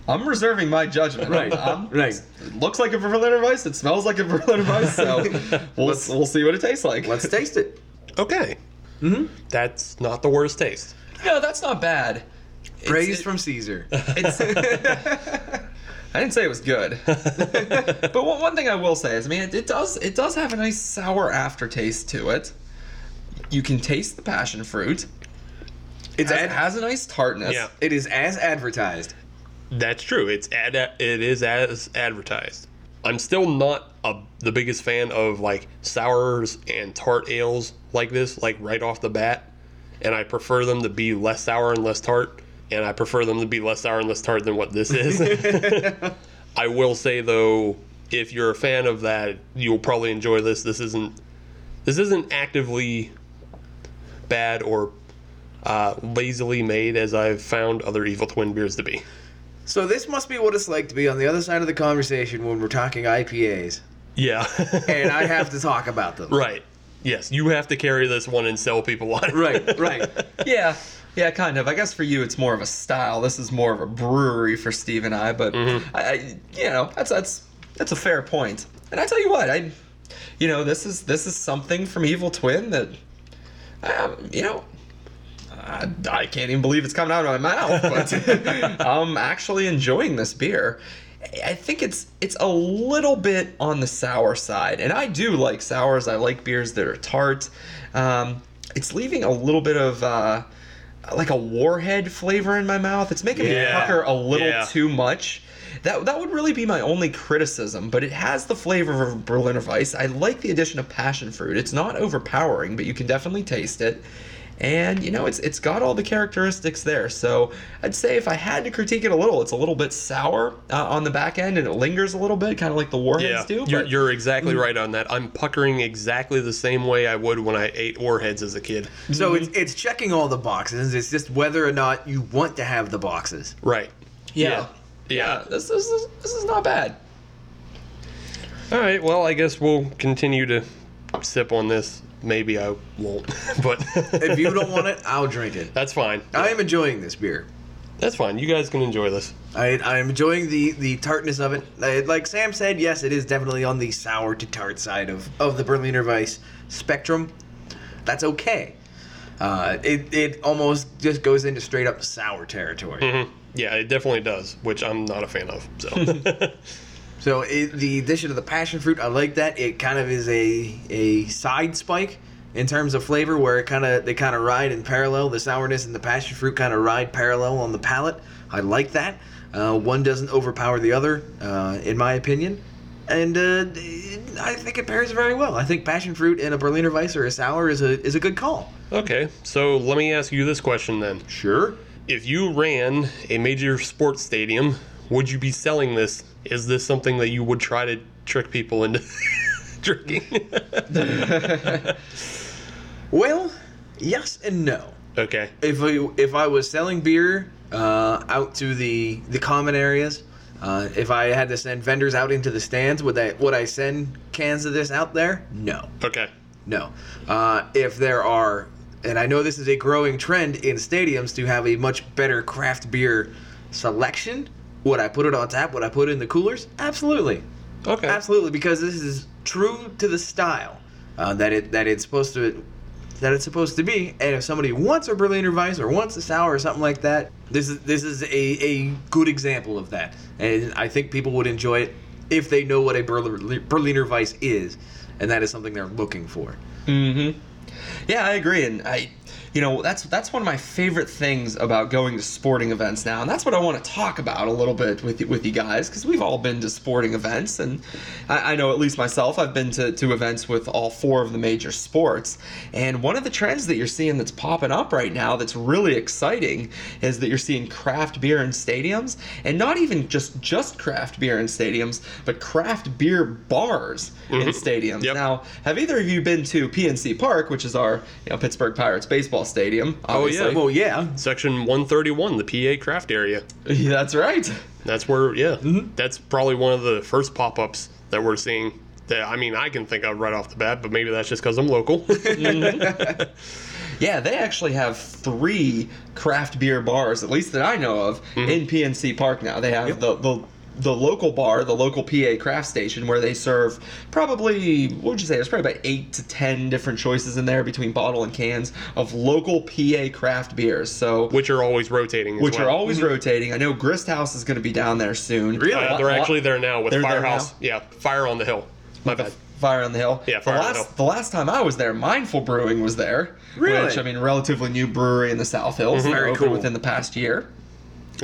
S1: I'm reserving my judgment.
S3: Right,
S1: I'm-
S3: right.
S1: It looks like a Berliner Weiss. It smells like a Berliner Weiss. So we'll,
S3: Let's-
S1: we'll see what it tastes like.
S3: Let's taste it.
S2: Okay. Mm-hmm. That's not the worst taste.
S1: No, that's not bad. It's-
S3: Praise
S1: it-
S3: from Caesar.
S1: It's, I didn't say it was good, but one, one thing I will say is, I mean, it, it does it does have a nice sour aftertaste to it. You can taste the passion fruit.
S3: It's
S1: It
S3: ad-
S1: has a nice tartness.
S2: Yeah.
S3: it is as advertised.
S2: That's true. It's ad- it is as advertised. I'm still not a, the biggest fan of like sours and tart ales like this, like right off the bat. And I prefer them to be less sour and less tart. And I prefer them to be less sour and less tart than what this is. I will say though, if you're a fan of that, you'll probably enjoy this. This isn't this isn't actively bad or uh, lazily made as I've found other Evil Twin beers to be.
S3: So this must be what it's like to be on the other side of the conversation when we're talking IPAs,
S2: Yeah.
S3: and I have to talk about them.
S2: right. Yes, you have to carry this one and sell people on it.
S3: right, right.
S1: yeah, yeah, kind of. I guess for you, it's more of a style. This is more of a brewery for Steve and I. But I, I, you know, that's that's that's a fair point. And I tell you what, I, you know, this is this is something from Evil Twin that, um, you know. I, I can't even believe it's coming out of my mouth, but I'm actually enjoying this beer. I- I think it's it's a little bit on the sour side, and I do like sours. I like beers that are tart. Um, it's leaving a little bit of uh, like a warhead flavor in my mouth. It's making me
S2: Yeah.
S1: pucker a little
S2: Yeah.
S1: too much. That, that would really be my only criticism, but it has the flavor of Berliner Weiss. I like the addition of passion fruit. It's not overpowering, but you can definitely taste it. And you know, it's it's got all the characteristics there. So I'd say if I had to critique it a little, it's a little bit sour uh, on the back end, and it lingers a little bit, kind of like the warheads
S2: Yeah,
S1: do.
S2: you're,
S1: but- Mm-hmm.
S2: you're exactly right on that. I'm puckering exactly the same way I would when I ate warheads as a kid.
S3: So it's it's checking all the boxes. It's just whether or not you want to have the boxes.
S2: Right.
S1: yeah,
S2: Yeah.
S1: This, this is this is not bad.
S2: All right. Well, I guess we'll continue to sip on this. Maybe I won't, but
S3: If you don't want it, I'll drink it.
S2: that's fine.
S3: I am enjoying this beer.
S2: That's fine. You guys can enjoy this.
S3: I, I'm enjoying the, the tartness of it. I, like Sam said, yes, it is definitely on the sour to tart side of, of the Berliner Weiss spectrum. That's okay. Uh, it, it almost just goes into straight up sour territory.
S2: Hmm. Yeah, it definitely does, which I'm not a fan of. So
S3: So it, the addition of the passion fruit, I like that. It kind of is a a side spike in terms of flavor, where it kind of they kind of ride in parallel. The sourness and the passion fruit kind of ride parallel on the palate. I like that. Uh, one doesn't overpower the other, uh, in my opinion. And uh, I think it pairs very well. I think passion fruit and a Berliner Weiss or a sour is a is a good call.
S2: Okay, so let me ask you this question then.
S3: Sure.
S2: If you ran a major sports stadium, would you be selling this? Is this something that you would try to trick people into drinking?
S3: Well, yes and no.
S2: okay.
S3: if I, if I was selling beer uh, out to the the common areas, uh, if I had to send vendors out into the stands, would I would I send cans of this out there? No,
S2: Okay.
S3: no. Uh, if there are, and I know this is a growing trend in stadiums to have a much better craft beer selection. Would I put it on tap? Would I put it in the coolers? Absolutely.
S2: Okay.
S3: Absolutely, because this is true to the style uh, that it that it's supposed to that it's supposed to be. And if somebody wants a Berliner Weiss or wants a sour or something like that, this is this is a, a good example of that. And I think people would enjoy it if they know what a Berl- Berliner Weiss is, and that is something they're looking for.
S1: Mm-hmm. Yeah, I agree, and I, you know, that's that's one of my favorite things about going to sporting events now, and that's what I want to talk about a little bit with you- with you guys because we've all been to sporting events, and I, I know at least myself, I've been to to events with all four of the major sports, and one of the trends that you're seeing that's popping up right now that's really exciting is that you're seeing craft beer in stadiums, and not even just just craft beer in stadiums, but craft beer bars in stadiums.
S2: Mm-hmm. Yep.
S1: Now, have either of you been to PNC Park, which is our you know, Pittsburgh Pirates baseball stadium?
S2: Oh, yeah.
S3: Well, yeah,
S2: Section 131, the PA craft area.
S1: yeah. That's right.
S2: That's where, yeah,
S1: Mm-hmm.
S2: that's probably one of the first pop ups that we're seeing. That I mean, I can think of right off the bat, but maybe that's just because I'm local.
S1: Yeah, they actually have three craft beer bars, at least that I know of,
S2: Mm-hmm.
S1: in PNC Park now. They have the, the the local bar, the local PA craft station, where they serve probably what would you say? There's probably about eight to ten different choices in there between bottle and cans of local PA craft beers. So.
S2: which Mm-hmm. are always rotating. As
S1: which
S2: well.
S1: are always rotating. I know Grist House is going to be down there soon.
S3: Really?
S2: Uh, they're actually there now with
S1: They're there
S2: Firehouse.
S1: now?
S2: Yeah, Fire on the Hill. My bad.
S1: Fire on the Hill.
S2: Yeah, Fire
S1: the
S2: on the
S1: last,
S2: Hill.
S1: The last time I was there, Mindful Brewing was there.
S3: Really?
S1: Which, I mean, relatively new brewery in the South Hills. They're
S3: Very
S1: open
S3: cool.
S1: Within the past year.
S2: Mm-hmm.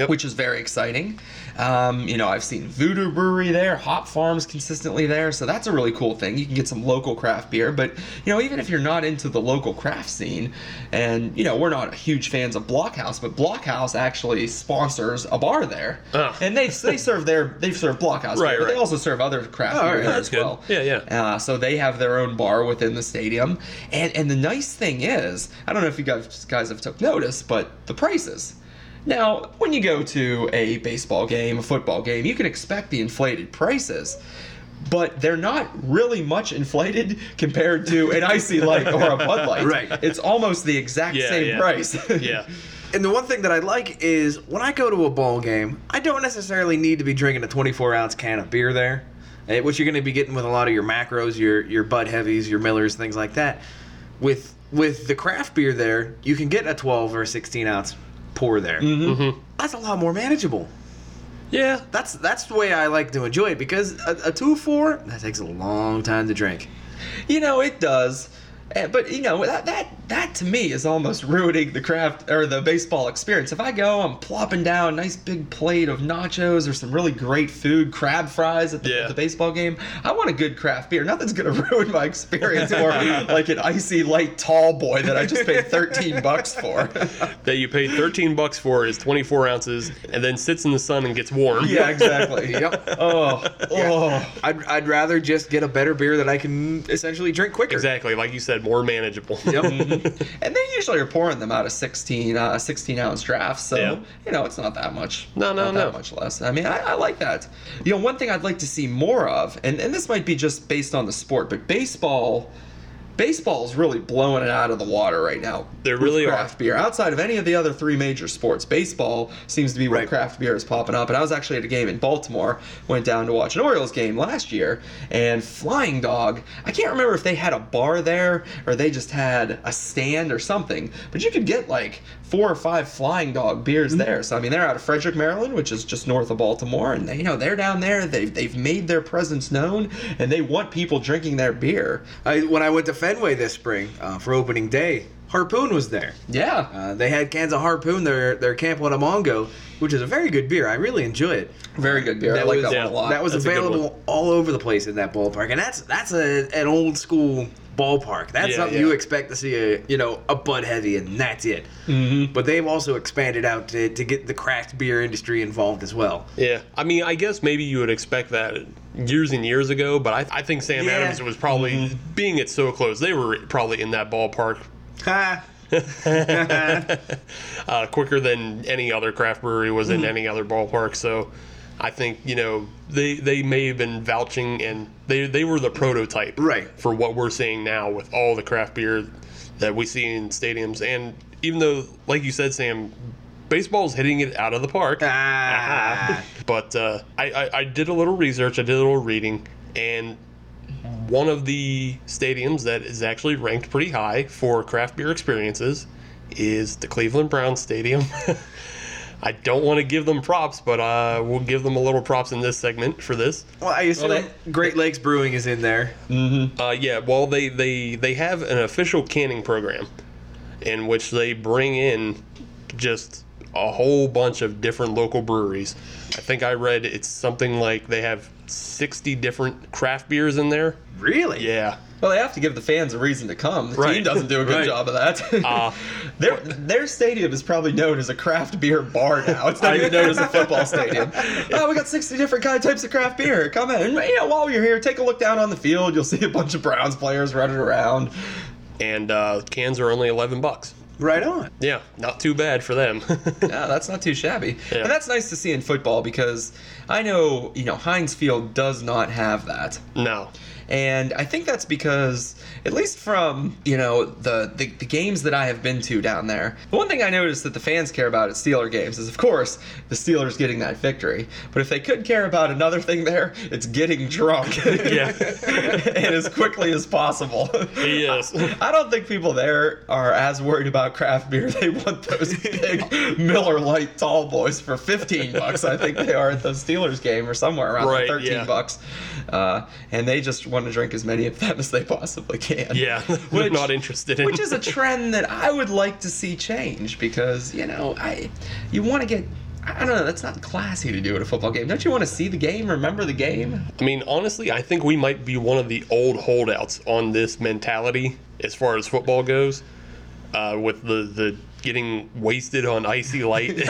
S2: Yep.
S1: Which is very exciting. Um, you know, I've seen Voodoo Brewery there, Hop Farms consistently there, so that's a really cool thing. You can get some local craft beer, but you know, even if you're not into the local craft scene, and you know, we're not huge fans of Blockhouse, but Blockhouse actually sponsors a bar there,
S2: Ah.
S1: and they they serve their they serve Blockhouse,
S2: Right,
S1: beer, but they
S2: right.
S1: also serve other craft
S3: Oh,
S1: beer
S3: alright,
S1: there as
S2: that's good.
S1: well.
S2: Yeah, yeah.
S1: Uh, so they have their own bar within the stadium, and and the nice thing is, I don't know if you guys guys have took notice, but the prices. Now, when you go to a baseball game, a football game, you can expect the inflated prices. But they're not really much inflated compared to an icy light or a Bud Light.
S3: Right.
S1: It's almost the exact
S2: Yeah,
S1: same
S2: yeah.
S1: price.
S2: Yeah.
S3: And the one thing that I like is when I go to a ball game, I don't necessarily need to be drinking a 24 ounce can of beer there, eh, which you're going to be getting with a lot of your macros, your your Bud Heavies, your Millers, things like that. With with the craft beer there, you can get a 12 or 16 ounce pour there.
S2: Mm-hmm.
S3: That's a lot more manageable.
S2: Yeah.
S3: That's that's the way I like to enjoy it because a, a two four that takes a long time to drink.
S1: You know, it does. Eh, But you know that that that to me is almost ruining the craft or the baseball experience. If I go, I'm plopping down a nice big plate of nachos or some really great food, crab fries at the,
S2: Yeah.
S1: at the baseball game. I want a good craft beer. Nothing's gonna ruin my experience more like an icy light tall boy that I just paid 13 bucks for.
S2: That you paid 13 bucks for is 24 ounces and then sits in the sun and gets warm.
S1: yeah, exactly.
S3: Yep.
S1: Oh, oh.
S3: I'd, I'd rather just get a better beer that I can essentially drink quicker.
S2: Exactly. Like you said, more manageable.
S3: Yep.
S1: And they usually are pouring them out of 16, uh, 16 ounce drafts, so
S2: Yeah.
S1: you know it's not that much.
S2: No, no,
S1: not
S2: no.
S1: That much less. I mean, I, I like that. You know, one thing I'd like to see more of, and and this might be just based on the sport, but baseball baseball's really blowing it out of the water right now.
S2: They
S1: with
S2: really are.
S1: craft beer. Outside of any of the other three major sports, baseball seems to be where
S3: Right.
S1: craft beer is popping up. And I was actually at a game in Baltimore, went down to watch an Orioles game last year, and Flying Dog. I can't remember if they had a bar there or they just had a stand or something, but you could get like four or five Flying Dog beers
S2: Mm-hmm.
S1: there. So I mean, they're out of Frederick, Maryland, which is just north of Baltimore, and they, you know they're down there. They've they've made their presence known, and they want people drinking their beer.
S3: I, when I went to Fenway this spring uh, for opening day, Harpoon was there.
S1: Yeah.
S3: Uh, they had cans of Harpoon, their their Camp Wanamongo, which is a very good beer. I really enjoy it.
S1: Very good beer. I
S3: That
S1: like
S3: was-
S1: that one a
S2: yeah,
S1: lot.
S3: that was
S2: That's a good
S3: available all over the place in that ballpark, and that's that's a, an old school ballpark. That's
S2: Yeah,
S3: something
S2: yeah.
S3: you expect to see a you know a Bud Heavy, and that's it. Mm-hmm. But they've also expanded out to, to get the craft beer industry involved as well.
S2: Yeah, I mean, I guess maybe you would expect that years and years ago, but I, I think Sam
S3: Yeah. Mm-hmm.
S2: Adams was probably being it so close. They were probably in that ballpark
S3: Ha.
S2: uh, quicker than any other craft brewery was in any other ballpark. So I think you know they they may have been vouching and they they were the prototype
S3: Right.
S2: for what we're seeing now with all the craft beer that we see in stadiums and even though like you said Sam baseball's hitting it out of the park
S3: Ah.
S2: but uh, I, I I did a little research I did a little reading and one of the stadiums that is actually ranked pretty high for craft beer experiences is the Cleveland Browns Stadium. I don't want to give them props, but uh, we'll give them a little props in this segment for this.
S3: well, I assume
S1: Well,
S3: Great Lakes Brewing is in there.
S2: Uh, yeah, well, they, they, they have an official canning program in which they bring in just a whole bunch of different local breweries. I think I read it's something like they have 60 different craft beers in there.
S3: Really?
S2: Yeah.
S1: Well, they have to give the fans a reason to come. The team
S2: Right.
S1: doesn't do a good
S2: Right.
S1: job of that.
S2: Uh,
S1: their their stadium is probably known as a craft beer bar now. It's not even known as a football stadium. oh, we got sixty different kind types of craft beer. Come in. And, You know, while you're here, take a look down on the field. You'll see a bunch of Browns players running around.
S2: and uh, cans are only 11 bucks.
S3: Right on.
S2: Yeah, not too bad for them.
S1: Yeah, that's not too shabby.
S2: Yeah.
S1: And that's nice to see in football because I know you know Heinz Field does not have that.
S2: no.
S1: and I think that's because, at least from you know the, the the games that I have been to down there, the one thing I noticed that the fans care about at Steeler games is, of course, the Steelers getting that victory. But if they could care about another thing there, it's getting drunk,
S2: Yeah.
S1: and as quickly as possible.
S2: Yes.
S1: I don't think people there are as worried about craft beer. They want those big Miller Lite tall boys for 15 bucks. I think they are at the Steelers game or somewhere around
S2: Right,
S1: 13
S2: yeah.
S1: bucks. Uh, and they just want to drink as many of them as they possibly can.
S2: Yeah. We're
S1: Which-
S2: not interested in
S1: Which is a trend that I would like to see change because, you know, I you want to get I don't know, that's not classy to do at a football game. Don't you want to see the game, remember the game?
S2: I mean, honestly, I think we might be one of the old holdouts on this mentality as far as football goes, uh, with the, the getting wasted on icy light.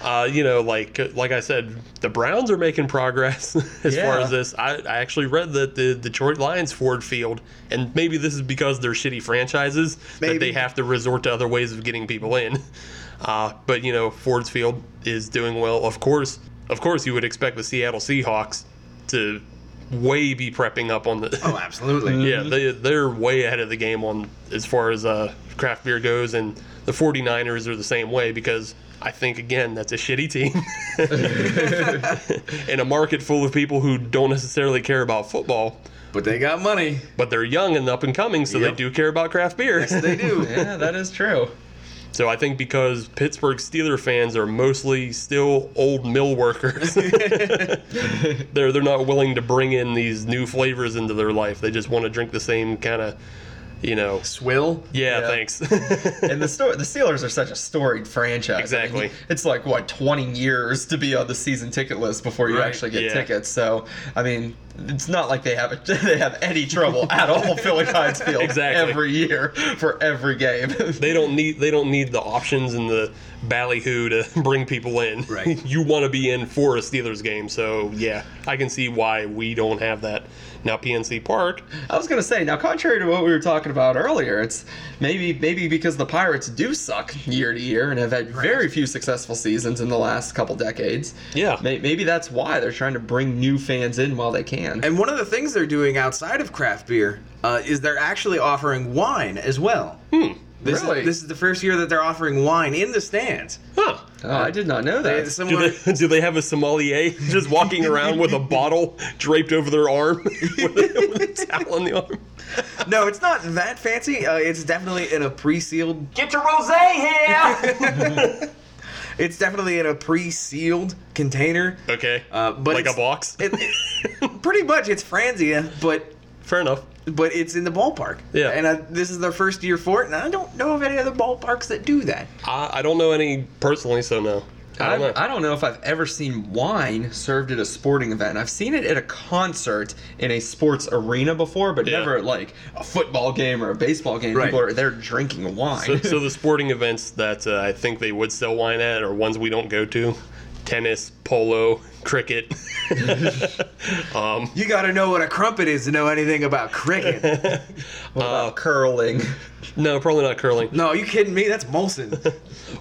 S2: uh, you know, like like I said, the Browns are making progress as far
S1: Yeah.
S2: as this. I, I actually read that the Detroit Lions Ford Field, and maybe this is because they're shitty franchises that they
S3: Maybe.
S2: have to resort to other ways of getting people in. Uh, but you know, Ford's Field is doing well. Of course, of course, you would expect the Seattle Seahawks to way be prepping up on the.
S3: Oh,
S1: Mm-hmm.
S3: absolutely.
S2: yeah, they they're way ahead of the game on as far as uh, craft beer goes, and the 49ers are the same way because I think again that's a shitty team in a market full of people who don't necessarily care about football.
S3: But they got money.
S2: But they're young and up and coming, so they
S3: Yep.
S2: do care about craft beer.
S3: They do.
S1: yeah, that is true.
S2: So I think because Pittsburgh Steeler fans are mostly still old mill workers, they're they're not willing to bring in these new flavors into their life. They just want to drink the same kind of, you know.
S3: Swill.
S2: Yeah,
S1: Yeah.
S2: thanks.
S1: And the sto- the Steelers are such a storied franchise. I mean,
S2: Exactly.
S1: it's like what twenty years to be on the season ticket list before you
S3: Right,
S1: actually get
S2: yeah.
S1: tickets. So I mean, it's not like they have a, they have any trouble at all filling Heinz Field
S2: Exactly.
S1: every year for every game.
S2: they don't need they don't need the options and the ballyhoo to bring people in.
S3: Right.
S2: you want to be in for a Steelers game, so yeah, I can see why we don't have that. Now PNC Park,
S1: I was gonna say now, contrary to what we were talking about earlier, it's maybe maybe because the Pirates do suck year to year and have had very few successful seasons in the last couple decades.
S2: Yeah.
S1: May- maybe that's why they're trying to bring new fans in while they can. can.
S3: And one of the things they're doing outside of craft beer uh, is they're actually offering wine as well. This
S1: Hmm. Really?
S3: Is, this is the first year that they're offering wine in the stands.
S2: Huh.
S1: oh, I did not know
S3: They-
S1: that.
S2: Do
S3: someone-
S2: they, do they have a sommelier just walking around with a bottle draped over their arm with a, with a towel on the arm?
S3: no, it's not that fancy. Uh, it's definitely in a pre-sealed.
S2: Get your rosé here!
S3: It's definitely in a pre-sealed container.
S2: Okay.
S3: Uh, but
S2: like a
S3: it's-
S2: box?
S3: It, it- pretty much, it's Franzia, but
S2: Fair enough.
S3: but it's in the ballpark.
S2: Yeah.
S3: And uh this is their first year for it, and I don't know of any other ballparks that do that.
S2: I, I don't know any personally, so no. I
S1: I
S2: don't know.
S1: I don't know if I've ever seen wine served at a sporting event. I've seen it at a concert in a sports arena before, but
S2: Yeah.
S1: never at like a football game or a baseball game.
S3: Right.
S1: People are there drinking
S2: so,
S1: wine.
S2: so the sporting events that uh, I think they would sell wine at are ones we don't go to: tennis, polo, cricket. um,
S3: You got to know what a crumpet is to know anything about cricket.
S1: what
S2: uh,
S1: about curling?
S2: no, probably not curling.
S3: no, you kidding me? That's Molson.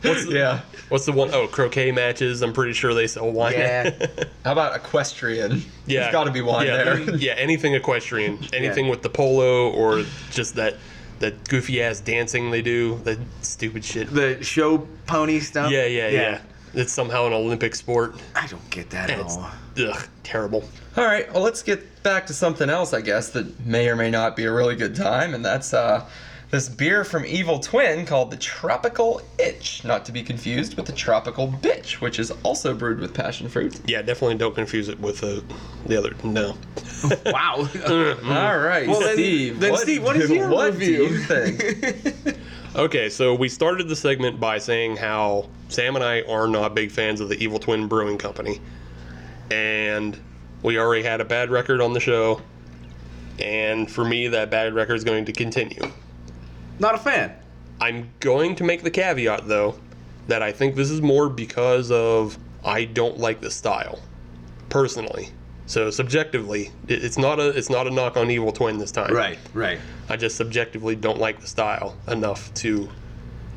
S2: What's the,
S1: yeah.
S2: What's the one oh croquet matches? I'm pretty sure they sell wine.
S3: Yeah.
S2: at.
S1: How about equestrian?
S2: yeah.
S1: There's got to be wine
S2: yeah,
S1: there.
S2: Yeah, anything equestrian, anything with the polo or just that that goofy ass dancing they do, that stupid shit.
S3: the show pony stuff.
S2: yeah, yeah, yeah, It's somehow an Olympic sport.
S3: I don't get that at
S2: It's
S3: all.
S2: ugh, terrible.
S1: All right. Well, let's get back to something else, I guess, that may or may not be a really good time, and that's uh, this beer from Evil Twin called the Tropical Itch, not to be confused with the Tropical Bitch, which is also brewed with passion fruit.
S2: Yeah, definitely don't confuse it with the, the other. No.
S3: Wow.
S1: All right,
S3: Well, then-
S1: Steve.
S3: then
S1: what,
S3: Steve, what is
S1: do-
S3: your
S1: what
S3: review?
S1: do you think?
S2: Okay, so we started the segment by saying how Sam and I are not big fans of the Evil Twin Brewing Company. And we already had a bad record on the show. And for me, that bad record is going to continue.
S3: Not a fan.
S2: I'm going to make the caveat, though, that I think this is more because of I don't like the style, personally. So subjectively, it- it's not a it's not a knock on Evil Twin this time.
S3: Right, right.
S2: I just subjectively don't like the style enough to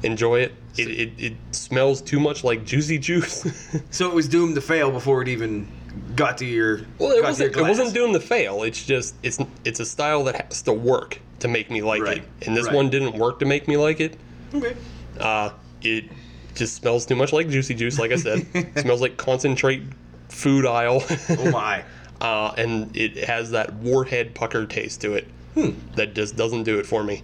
S2: enjoy it. It, it, it smells too much like juicy juice.
S3: So it was doomed to fail before it even got to your.
S2: well, it
S3: got to your
S2: wasn't, it
S3: glass.
S2: wasn't doomed to fail. It's just it's it's a style that has to work to make me like
S3: Right,
S2: it, and this
S3: right.
S2: one didn't work to make me like it.
S3: Okay.
S2: Uh, it just smells too much like juicy juice. Like I said, It smells like concentrate food aisle.
S3: Oh my.
S2: uh, and it has that warhead pucker taste to it
S3: Hmm.
S2: that just doesn't do it for me.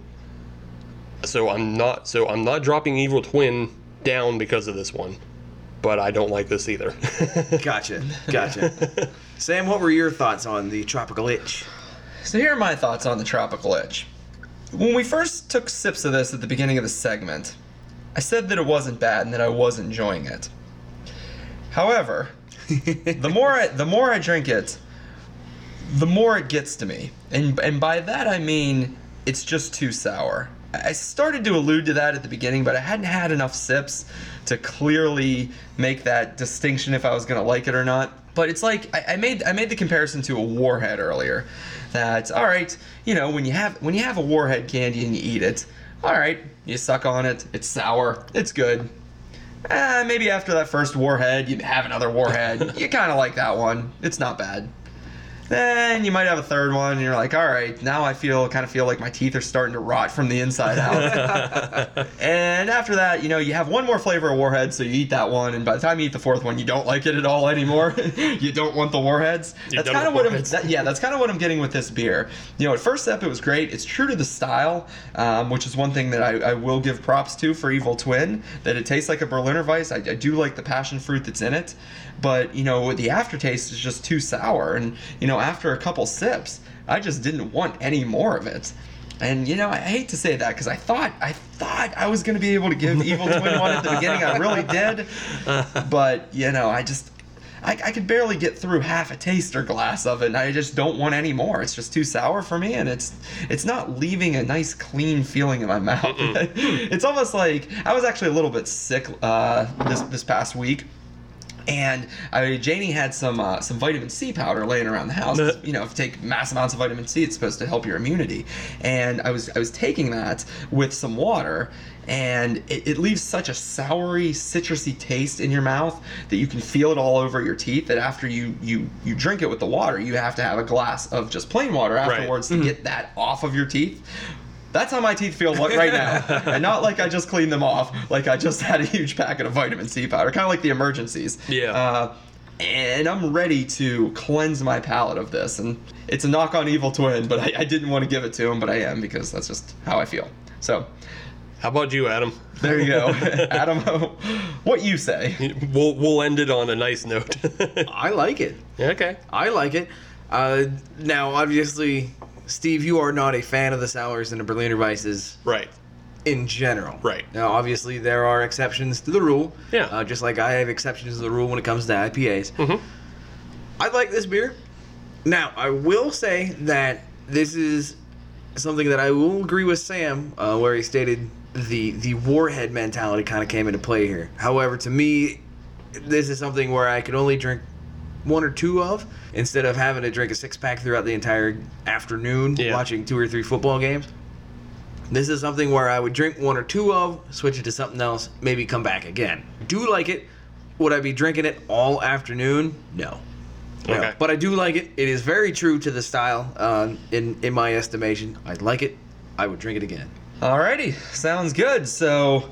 S2: So I'm not so I'm not dropping Evil Twin down because of this one, but I don't like this either.
S3: Gotcha. Gotcha. Sam, what were your thoughts on the tropical itch?
S1: so here are my thoughts on the tropical itch. When we first took sips of this at the beginning of the segment, I said that it wasn't bad and that I was enjoying it. However, the more I, the more I drink it, the more it gets to me, and and by that I mean it's just too sour. I I started to allude to that at the beginning, but I hadn't had enough sips to clearly make that distinction if I was gonna like it or not. But it's like I, I made I made the comparison to a warhead earlier. That all right, you know when you have when you have a warhead candy and you eat it, all right, you suck on it, it's sour, it's good, Eh, maybe after that first warhead, you have another warhead. you kind of like that one. It's not bad. Then you might have a third one, and you're like, all right, now I feel kind of feel like my teeth are starting to rot from the inside out. and after that, you know, you have one more flavor of warhead, so you eat that one, and by the time you eat the fourth one, you don't like it at all anymore. you don't want the warheads.
S2: You're
S1: that's
S2: done
S1: kind of
S2: with
S1: what I'm.
S2: warheads.
S1: that- yeah, that's kind of what I'm getting with this beer. You know, at first step, it was great. It's true to the style, um, which is one thing that I, I will give props to for Evil Twin. That it tastes like a Berliner Weiss. I, I do like the passion fruit that's in it, but you know, the aftertaste is just too sour. And you know, after a couple sips, I just didn't want any more of it. And you know, I hate to say that because I thought I thought I was going to be able to give Evil Twin one at the beginning. I really did, but you know, I just I, I could barely get through half a taster glass of it, and I just don't want any more. It's just too sour for me, and it's it's not leaving a nice, clean feeling in my mouth. it's almost like I was actually a little bit sick uh, this this past week And I, Janie had some uh, some vitamin C powder laying around the house.
S2: Nuh.
S1: You know, if you take mass amounts of vitamin C, it's supposed to help your immunity. And I was I was taking that with some water, and it, it leaves such a soury, citrusy taste in your mouth that you can feel it all over your teeth. That after you you you drink it with the water, you have to have a glass of just plain water afterwards to get that off of your teeth. That's how my teeth feel like right now, and not like I just cleaned them off, like I just had a huge packet of vitamin C powder, kind of like the emergencies.
S2: Yeah.
S1: Uh, and I'm ready to cleanse my palate of this, and it's a knock on evil twin, but I, I didn't want to give it to him, but I am because that's just how I feel. So
S2: How about you, Adam?
S1: there you go, Adam. What you say?
S2: We'll we'll end it on a nice note.
S3: I like it.
S2: okay.
S3: I like it. Uh, now, obviously, Steve, you are not a fan of the Sours and the Berliner Weisses
S2: Right.
S3: in general.
S2: Right.
S3: Now, obviously, there are exceptions to the rule.
S2: Yeah.
S3: Uh, just like I have exceptions to the rule when it comes to IPAs.
S2: Mhm.
S3: I like this beer. Now, I will say that this is something that I will agree with Sam, uh, where he stated the the warhead mentality kind of came into play here. However, to me, this is something where I could only drink one or two of instead of having to drink a six pack throughout the entire afternoon
S2: Yeah.
S3: watching two or three football games. This is something where I would drink one or two of, switch it to something else, maybe come back again. Do like it. Would I be drinking it all afternoon? No. No.
S2: Okay.
S3: But I do like it. It is very true to the style, uh, in in my estimation. I'd like it. I would drink it again.
S1: Alrighty, sounds good. So,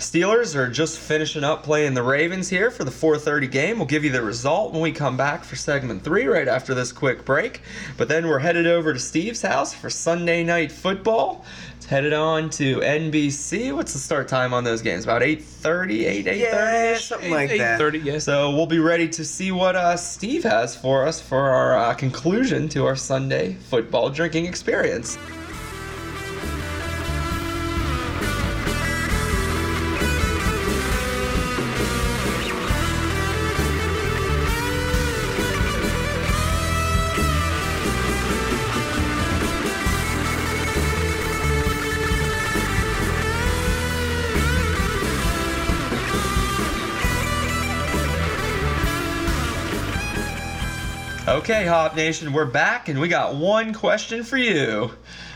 S1: Steelers are just finishing up playing the Ravens here for the 4:30 game. We'll give you the result when we come back for segment three, right after this quick break. But then we're headed over to Steve's house for Sunday night football. It's headed on to NBC. What's the start time on those games? About 8:30, 8 8:30.
S3: something like that.
S2: 8:30, yes.
S1: So we'll be ready to see what uh, Steve has for us for our uh, conclusion to our Sunday football drinking experience. Okay, Hop Nation, we're back and we got one question for you.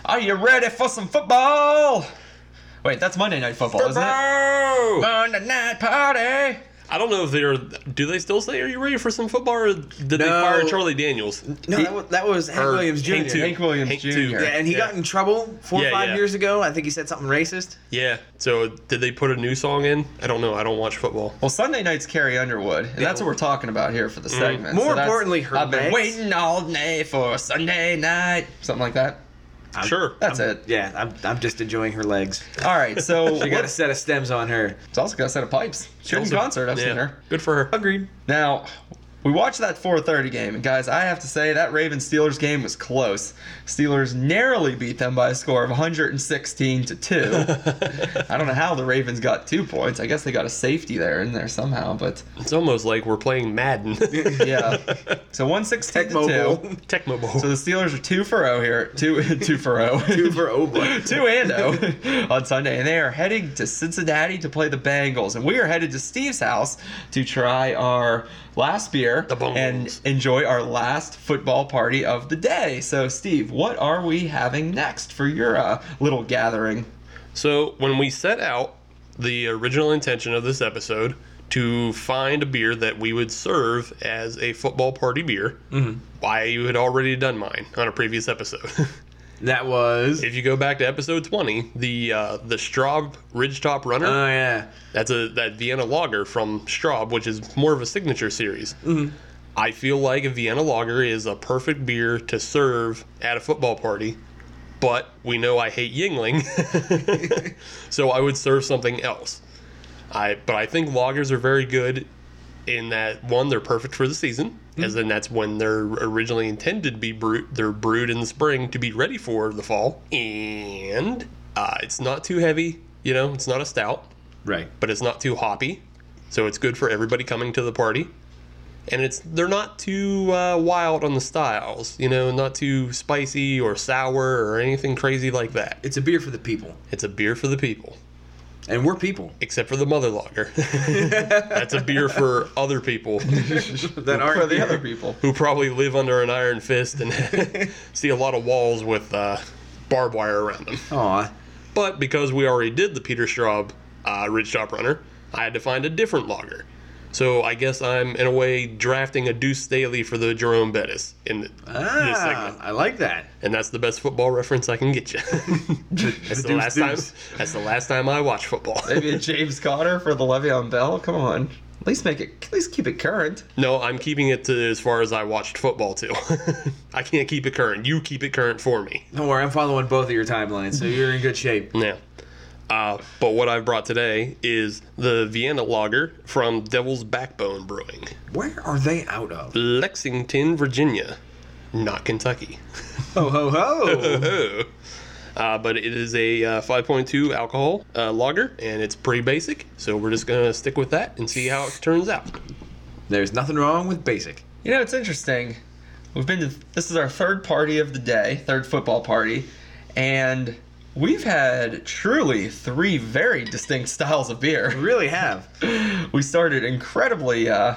S1: Are you ready for some football? Wait, that's Monday Night Football, isn't it?
S2: Bro!
S1: Monday Night Party!
S2: I don't know if they're. Do they still say, "Are you ready for some football?" Or did they
S3: No.
S2: fire Charlie Daniels?
S3: No, that was, that was Hank
S2: Or
S3: Williams Jr.
S2: Hank too.
S1: Hank Williams
S2: Hank
S1: Jr.
S2: too.
S3: Yeah, and he
S2: Yeah.
S3: got in trouble four
S2: Yeah,
S3: or five
S2: yeah.
S3: years ago. I think he said something racist.
S2: Yeah. So did they put a new song in? I don't know. I don't watch football.
S1: Well, Sunday night's Carrie Underwood, and that's what we're talking about here for the segment.
S3: Mm. More
S1: that's-
S3: importantly, her
S1: I've been
S3: legs.
S1: waiting all day for Sunday night. Something like that.
S3: I'm- Uh,
S2: sure.
S1: That's it.
S3: Yeah, I'm, I'm just enjoying her legs.
S1: All right, so
S3: She got a
S1: let's-
S3: set of stems on her.
S1: it's also got a set of pipes. She's in
S2: Also-
S1: concert, I've
S2: yeah.
S1: seen her.
S2: Good for her.
S3: Agreed.
S1: Now, we watched that 4:30 game, and guys, I have to say that Ravens Steelers game was close. Steelers narrowly beat them by a score of 116 to two. I don't know how the Ravens got two points. I guess they got a safety there in there somehow, but
S2: It's almost like we're playing Madden.
S1: yeah. So 116
S3: Tech
S1: to
S3: Mobile.
S1: two.
S2: Tecmo Bowl.
S1: So the Steelers are two for O here, two two for oh. O,
S3: Two for Obla.
S1: two and oh. O on Sunday, and they are heading to Cincinnati to play the Bengals, and we are headed to Steve's house to try our last beer
S2: The Bungles.
S1: and enjoy our last football party of the day. So, Steve, what are we having next for your uh, little gathering?
S2: So, when we set out the original intention of this episode to find a beer that we would serve as a football party beer, why you had already done mine on a previous episode.
S3: That was.
S2: if you go back to episode 20, the uh, the Straub Ridgetop Runner,
S3: Oh yeah.
S2: that's a that Vienna lager from Straub, which is more of a signature series. I feel like a Vienna lager is a perfect beer to serve at a football party, but we know I hate Yingling, so I would serve something else. I but I think lagers are very good in that one they're perfect for the season, as in that's when they're originally intended to be brewed. They're brewed in the spring to be ready for the fall, and uh, it's not too heavy. You know, it's not a stout
S3: Right.
S2: but it's not too hoppy, so it's good for everybody coming to the party. And it's they're not too uh, wild on the styles, you know, not too spicy or sour or anything crazy like that.
S3: It's a beer for the people.
S2: It's a beer for the people.
S3: And we're people
S2: except for the mother lager. That's a beer for other people
S3: that aren't
S1: for the
S3: here.
S1: other people.
S2: who probably live under an iron fist and see a lot of walls with uh, barbed wire around them.
S3: Aw,
S2: But because we already did the Peter Straub uh, Ridge Top Runner, I had to find a different lager. So I guess I'm in a way drafting a Deuce Staley for the Jerome Bettis in th- this
S3: ah,
S2: segment,
S3: I like that.
S2: and that's the best football reference I can get you. that's the
S3: Deuce
S2: last
S3: Deuce.
S2: time. That's the last time I watch football.
S1: Maybe a James Conner for the Le'Veon Bell. Come on, at least make it. At least keep it current.
S2: No, I'm keeping it to as far as I watched football too. I can't keep it current. You keep it current for me.
S3: Don't worry, I'm following both of your timelines, so you're in good shape.
S2: Yeah. Uh, but what I've brought today is the Vienna Lager from Devil's Backbone Brewing,
S3: Where are they out of?
S2: Lexington, Virginia, not Kentucky.
S3: Ho ho ho!
S2: Oh. Uh, but it is a uh, 5.2 alcohol uh, lager, and it's pretty basic. So we're just gonna stick with that and see how it turns out.
S3: There's nothing wrong with basic.
S1: You know, it's interesting. We've been to this is our third party of the day, third football party, and we've had truly three very distinct styles of
S3: We
S1: beer.
S3: really have.
S1: We started incredibly uh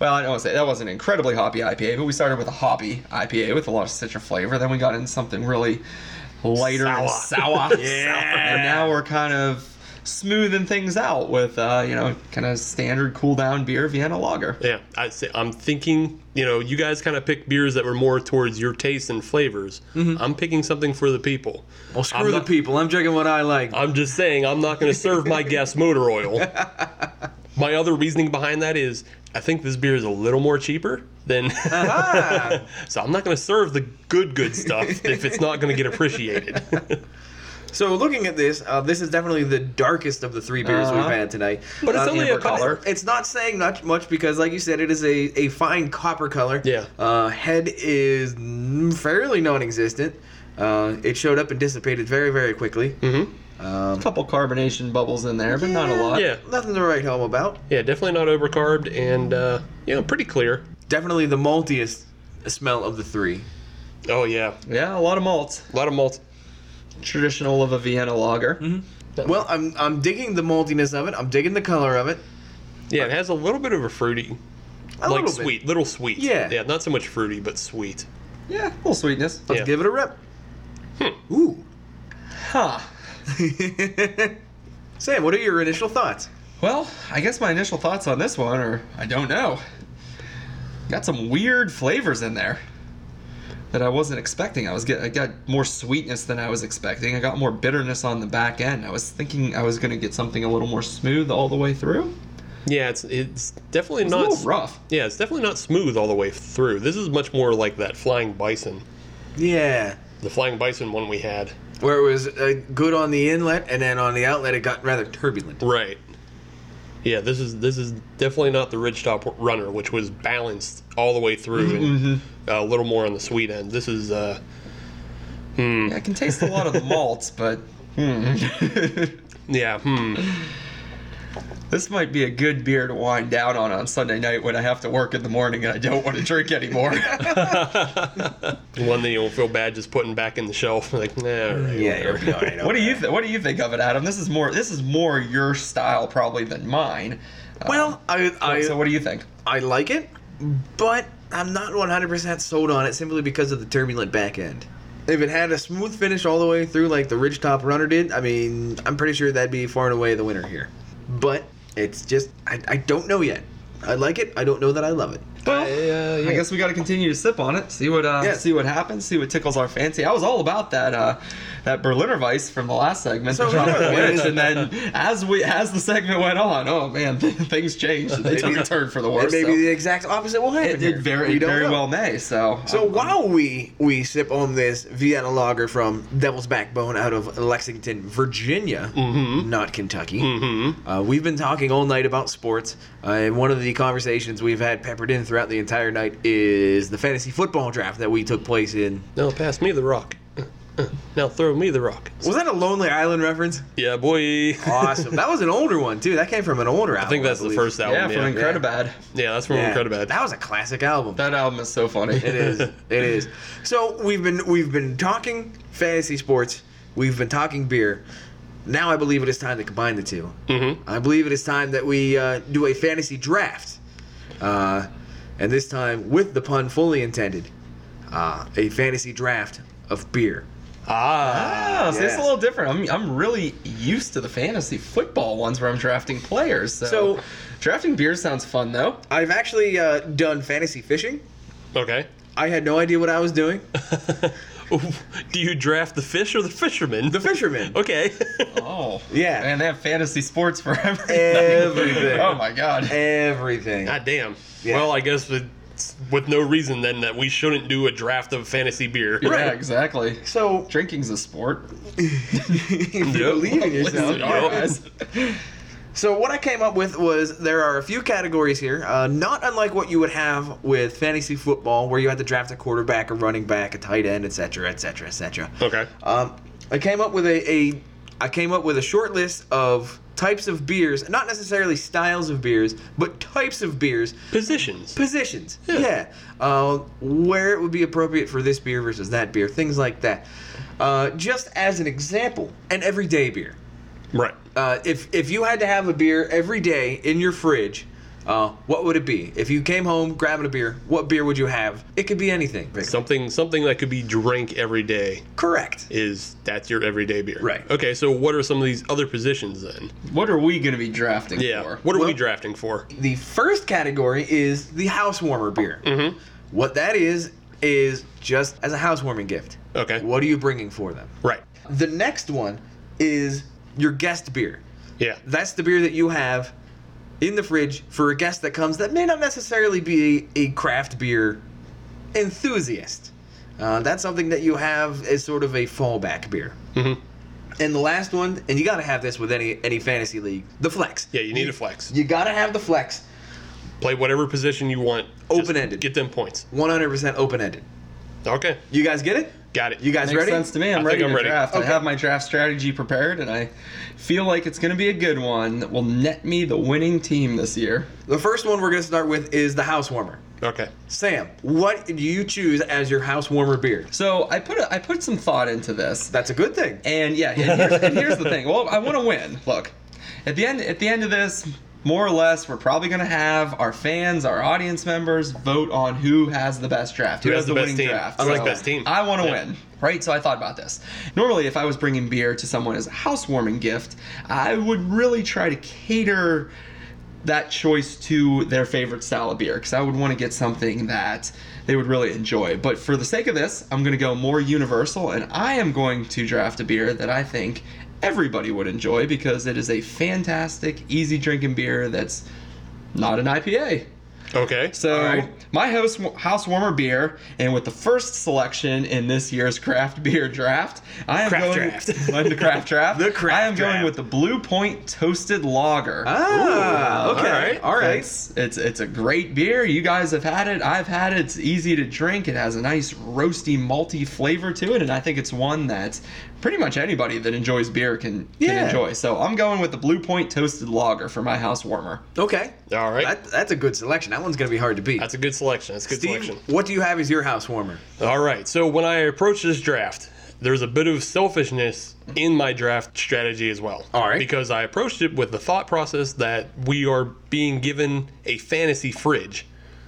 S1: well, I don't want to say that wasn't incredibly hoppy IPA, but we started with a hoppy IPA with a lot of citrus flavor. Then we got into something really lighter and
S2: Sour.
S1: sour.
S3: Yeah.
S1: And now we're kind of smoothing things out with uh, you know, kind of standard cool down beer, Vienna lager.
S2: Yeah, I say I'm thinking. You know, you guys kind of pick beers that were more towards your taste and flavors. I'm picking something for the people.
S3: Well, screw
S2: I'm
S3: the
S2: not- Uh,
S3: people. I'm drinking what I like.
S2: I'm just saying, I'm not going to serve my guests motor oil. My other reasoning behind that is, I think this beer is a little more cheaper than.
S3: Ah,
S2: so I'm not going to serve the good, good stuff if it's not going to get appreciated.
S3: so looking at this, uh, this is definitely the darkest of the three beers
S1: Uh-huh.
S3: we've had tonight.
S2: But it's
S3: Um,
S2: only
S1: amber
S2: a color.
S1: color.
S3: It's not saying not much because, like you said, it is a, a fine copper color.
S2: Yeah.
S3: Uh, head is n- fairly non-existent. Uh, it showed up and dissipated very, very quickly. Mm-hmm. Um,
S1: couple carbonation bubbles in there, but not a lot.
S2: Yeah.
S3: Nothing to write home about.
S2: Yeah, definitely not overcarbed and, uh, you know, pretty clear.
S3: Definitely the maltiest smell of the three.
S2: Oh, yeah.
S1: Yeah, a lot of malts.
S2: A lot of malt.
S1: Traditional of a Vienna lager.
S2: Mm-hmm.
S3: Well, I'm I'm digging the maltiness of it. I'm digging the color of it.
S2: Yeah, it has a little bit of a fruity,
S3: A
S2: like
S3: little bit.
S2: sweet, little sweet.
S3: Yeah.
S2: Yeah, not so much fruity, but sweet.
S1: Yeah, a little sweetness.
S3: Let's
S2: Yeah. Hmm.
S3: give it a rep. Ooh.
S1: Huh.
S3: Sam, what are your initial thoughts?
S1: Well, I guess my initial thoughts on this one are I don't know. Got some weird flavors in there that I wasn't expecting. I was getting I got more sweetness than I was expecting. I got more bitterness on the back end. I was thinking I was gonna get something a little more smooth all the way through.
S2: Yeah, it's it's definitely
S1: It's a
S2: not
S1: little rough.
S2: Yeah, it's definitely not smooth all the way through. This is much more like that flying bison,
S3: Yeah.
S2: the flying bison one we had.
S3: Where it was uh, good on the inlet, and then on the outlet, it got rather turbulent.
S2: Right. Yeah, this is this is definitely not the ridge top runner, which was balanced all the way through and uh, a little more on the sweet end. This is uh, Mm.
S1: Yeah, I can taste a lot of the malts, but hmm.
S2: yeah, hmm.
S1: This might be a good beer to wind down on on Sunday night when I have to work in the morning and I don't want to drink anymore.
S2: One that you don't feel bad just putting back in the shelf. Like, nah, all right, whatever.
S3: it'll be all right, all
S1: what do you
S3: right.
S1: th- What do you think of it, Adam? This is more This is more your style probably than mine. Uh,
S3: Well, I I,
S1: so what do you think?
S3: I like it, but I'm not 100% sold on it simply because of the turbulent back end. If it had a smooth finish all the way through like the Ridgetop Runner did, I mean, I'm pretty sure that'd be far and away the winner here. But it's just, I, I don't know yet. I like it. I don't know that I love it.
S1: Well,
S2: I, uh, yeah.
S1: I guess we got to continue to sip on it, see what uh,
S3: Yeah.
S1: see what happens, see what tickles our fancy. I was all about that uh, that Berliner Weiss from the last segment,
S3: So
S1: the Jonathan
S3: were we.
S1: Lynch, and then as we as the segment went on, oh man, things changed. They took a turn for the
S3: And
S1: worse.
S3: maybe
S1: so.
S3: the exact opposite will happen.
S1: it,
S3: here.
S1: it very
S3: We
S1: it
S3: don't
S1: very
S3: know.
S1: well may. So
S3: So
S1: I'm-
S3: while we we sip on this Vienna lager from Devil's Backbone out of Lexington, Virginia, not Kentucky,
S2: Hmm.
S3: uh, we've been talking all night about sports, uh, and one of the conversations we've had peppered in throughout the entire night is the fantasy football draft that we took place in.
S2: No, pass me the rock. Uh, uh, Now throw me the rock.
S3: Was that a Lonely Island reference?
S2: Yeah, boy.
S3: Awesome. that was an older one too. That came from an older album.
S2: I think that's the
S3: believe.
S2: first
S1: yeah,
S2: album. Yeah,
S1: from Incredibad.
S2: Yeah, that's from
S3: Yeah.
S2: Incredibad.
S3: That was a classic album.
S1: That album is so funny.
S3: It is. It is. So we've been we've been talking fantasy sports. We've been talking beer. Now I believe it is time to combine the 2
S2: Mhm.
S3: I believe it is time that we uh, do a fantasy draft. Uh, and this time, with the pun fully intended, uh, a fantasy draft of beer.
S1: Ah, so it's
S3: yes.
S1: a little different. I'm, I'm really used to the fantasy football ones where I'm drafting players. So,
S3: So-
S1: drafting beer sounds fun though.
S3: I've actually uh, done fantasy fishing.
S2: Okay.
S3: I had no idea what I was doing.
S2: Do you draft the fish or the fisherman?
S3: The fisherman.
S2: okay.
S1: Oh,
S3: Yeah.
S1: and they have fantasy sports for everything.
S3: Everything.
S1: oh my god.
S3: Everything.
S2: God damn.
S3: Yeah.
S2: Well, I guess it's with no reason then that we shouldn't do a draft of fantasy beer.
S1: Yeah, exactly.
S3: So,
S1: Drinking's a sport.
S3: if you believe in yourself,
S1: Listen, all right, guys.
S3: So what I came up with was there are a few categories here, uh, not unlike what you would have with fantasy football, where you had to draft a quarterback, a running back, a tight end, etc., etc., etc.
S2: Okay.
S3: Um, I came up with a, a I came up with a short list of types of beers, not necessarily styles of beers, but types of beers,
S2: Positions.
S3: positions. Yeah, Uh, where it would be appropriate for this beer versus that beer, things like that. Uh, just as an example, an everyday beer
S2: Right.
S3: uh, if if you had to have a beer every day in your fridge, uh, what would it be? If you came home grabbing a beer, what beer would you have? It could be anything.
S2: Something something that could be drank every day
S3: Correct.
S2: is that's your everyday beer.
S3: Right.
S2: Okay, so what are some of these other positions then?
S1: what are we gonna be drafting
S2: Yeah.
S1: for?
S2: What are we
S3: Well-
S2: drafting for?
S3: The first category is the house warmer beer.
S2: Mhm.
S3: What that is is just as a housewarming gift.
S2: Okay.
S3: What are you bringing for them?
S2: Right.
S3: The next one is your guest beer.
S2: Yeah.
S3: That's the beer that you have in the fridge for a guest that comes that may not necessarily be a craft beer enthusiast. Uh, that's something that you have as sort of a fallback beer.
S2: Mhm.
S3: And the last one, and you got to have this with any any fantasy league, the flex.
S2: Yeah, you need a flex.
S3: You got to have the flex,
S2: Play whatever position you want. Just
S3: Open-ended.
S2: Get them points.
S3: 100% open ended.
S2: Okay.
S3: You guys get it?
S2: Got it.
S3: You guys
S1: Makes
S3: ready?
S1: sense to me.
S2: I
S1: I'm
S2: think
S1: ready
S2: I'm
S1: to
S2: ready.
S1: draft. I
S3: Okay.
S1: have my draft strategy prepared, and I feel like it's gonna be a good one that will net me the winning team this year.
S3: The first one we're going to start with is the house warmer.
S2: Okay.
S3: Sam, what do you choose as your house warmer beer?
S1: So I put a, I put some thought into this.
S3: That's a good thing.
S1: And yeah, and here's, and here's the thing. Well, I want to win. Look, at the end, at the end of this, more or less, we're probably going to have our fans, our audience members, vote on who has the best draft, who,
S2: has the best
S1: winning
S2: team?
S1: draft.
S2: I like best team.
S1: I want to
S2: Yeah.
S1: win, right? So I thought about this. Normally, if I was bringing beer to someone as a housewarming gift, I would really try to cater that choice to their favorite style of beer because I would want to get something that they would really enjoy. But for the sake of this, I'm going to go more universal and I am going to draft a beer that I think everybody would enjoy because it is a fantastic, easy drinking beer that's not an IPA.
S2: Okay.
S1: So
S3: All right.
S1: my house house warmer beer, and with the first selection in this year's craft beer draft, I am
S2: Craft
S1: going
S2: draft.
S1: the craft draft.
S3: The craft
S1: I am going
S3: draft.
S1: with the Blue Point Toasted Lager.
S3: Ah,
S2: Ooh,
S3: okay. All
S2: alright.
S3: right. All right.
S1: It's, it's it's a great beer. You guys have had it. I've had it. It's easy to drink. It has a nice roasty, malty flavor to it, and I think it's one that pretty much anybody that enjoys beer can, can
S3: Yeah.
S1: enjoy. So I'm going with the Blue Point Toasted Lager for my house warmer.
S3: Okay.
S2: All right.
S3: That, that's a good selection. That one's going to be hard to beat.
S2: That's a good selection. That's a good
S3: Steve,
S2: selection.
S3: what do you have as your house warmer?
S2: All right. So when I approach this draft, there's a bit of selfishness in my draft strategy as well.
S3: All right.
S2: Because I approached it with the thought process that we are being given a fantasy fridge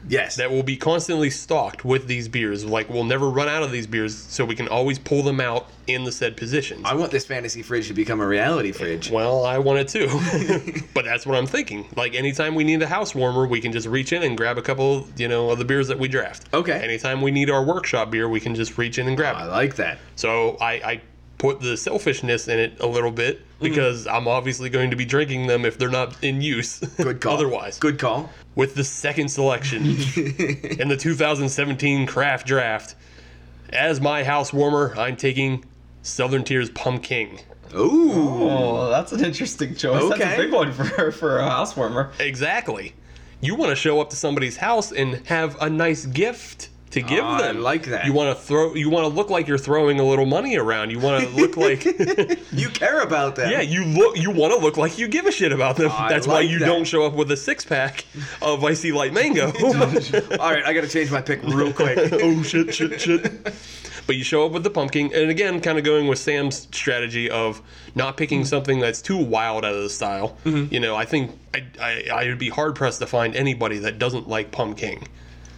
S3: Yes.
S2: that will be constantly stocked with these beers. Like we'll never run out of these beers, so we can always pull them out in the said positions.
S3: I want this fantasy fridge to become a reality fridge.
S2: well, I want it too, but that's what I'm thinking. Like anytime we need a house warmer, we can just reach in and grab a couple, you know, of the beers that we draft.
S3: Okay. Oh,
S2: Anytime we need our workshop beer, we can just reach in and grab it.
S3: I like that.
S2: So I, I put the selfishness in it a little bit
S3: Mm-hmm.
S2: because I'm obviously going to be drinking them if they're not in use.
S3: Good call.
S2: Otherwise,
S3: Good call.
S2: with the second selection in the 2017 craft draft, as my house warmer, I'm taking Southern Tier's Pumpkin.
S3: Ooh.
S1: Oh, that's an interesting choice. That's
S3: Okay.
S1: a big one for for a house warmer.
S2: Exactly. You want to show up to somebody's house and have a nice gift to give
S3: I
S2: them.
S3: like that.
S2: You want to throw. You want to look like you're throwing a little money around. You want to look like.
S3: You care about that.
S2: Yeah, you look. You want to look like you give a shit about them.
S3: I
S2: That's why
S3: like
S2: you
S3: that.
S2: don't show up with a six pack of icy light mango.
S3: All right, I got to change my pick real quick.
S2: oh shit, shit, shit. But you show up with the pumpkin, and again, kind of going with Sam's strategy of not picking something that's too wild out of the style. You know, I think I, I I would be hard pressed to find anybody that doesn't like pumpkin.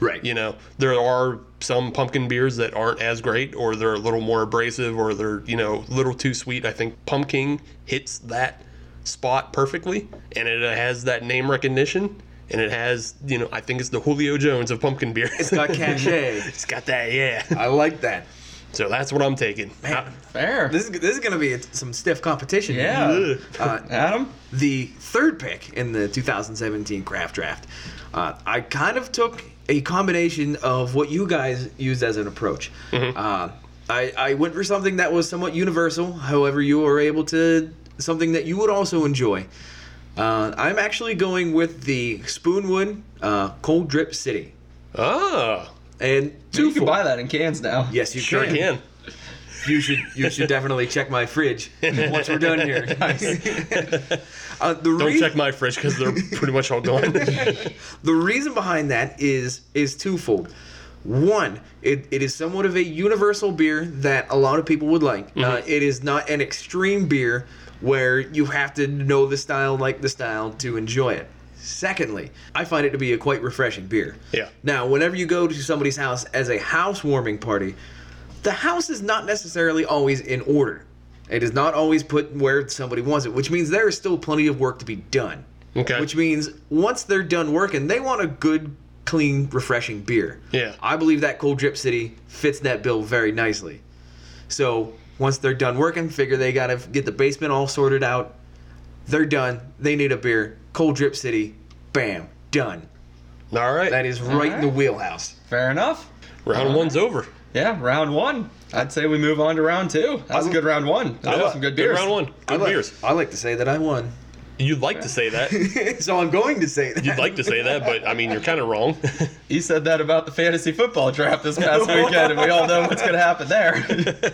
S3: Right.
S2: You know, there are some pumpkin beers that aren't as great, or they're a little more abrasive, or they're you know a little too sweet. I think pumpkin hits that spot perfectly, and it has that name recognition, and it has you know I think it's the Julio Jones of pumpkin beer.
S3: It's got cachet.
S2: it's got that, yeah.
S3: I like that.
S2: So that's what I'm taking.
S3: Man.
S1: Fair.
S3: This is this is gonna be a, some stiff competition.
S1: yeah.
S3: Uh,
S1: Adam?
S3: the third pick in the 2017 craft draft. Uh, I kind of took a combination of what you guys used as an approach.
S2: Mm-hmm.
S3: Uh, I, I went for something that was somewhat universal, however, you were able to, something that you would also enjoy. Uh, I'm actually going with the Spoonwood uh, Cold Drip City.
S2: Ah,
S3: And
S1: You
S3: twofold-
S1: can buy that in cans now.
S3: Yes, you
S2: sure can.
S3: you should you should definitely check my fridge once we're done here. uh, the
S2: Don't
S3: rea-
S2: check my fridge because they're pretty much all gone.
S3: the reason behind that is is twofold. One, it, it is somewhat of a universal beer that a lot of people would like. Uh, it is not an extreme beer where you have to know the style, like the style, to enjoy it. Secondly, I find it to be a quite refreshing beer.
S2: Yeah.
S3: Now, whenever you go to somebody's house as a housewarming party, the house is not necessarily always in order. It is not always put where somebody wants it, which means there is still plenty of work to be done.
S2: Okay.
S3: Which means once they're done working, they want a good, clean, refreshing beer.
S2: Yeah.
S3: I believe that Cold Drip City fits that bill very nicely. So once they're done working, figure they gotta get the basement all sorted out. They're done. They need a beer. Cold Drip City, bam, done.
S2: all right,
S3: That is right in the wheelhouse.
S1: Fair enough.
S2: round one's over.
S1: Yeah, round one. I'd say we move on to round two. That was a good round one. That
S2: Yeah,
S1: was some good beers.
S2: round one. Good
S3: I like,
S2: beers.
S3: I like to say that I won.
S2: You'd like to say that.
S3: so I'm going to say that.
S2: You'd like to say that, but I mean, you're kind of wrong.
S1: He said that about the fantasy football draft this past weekend, and we all know what's going to happen there.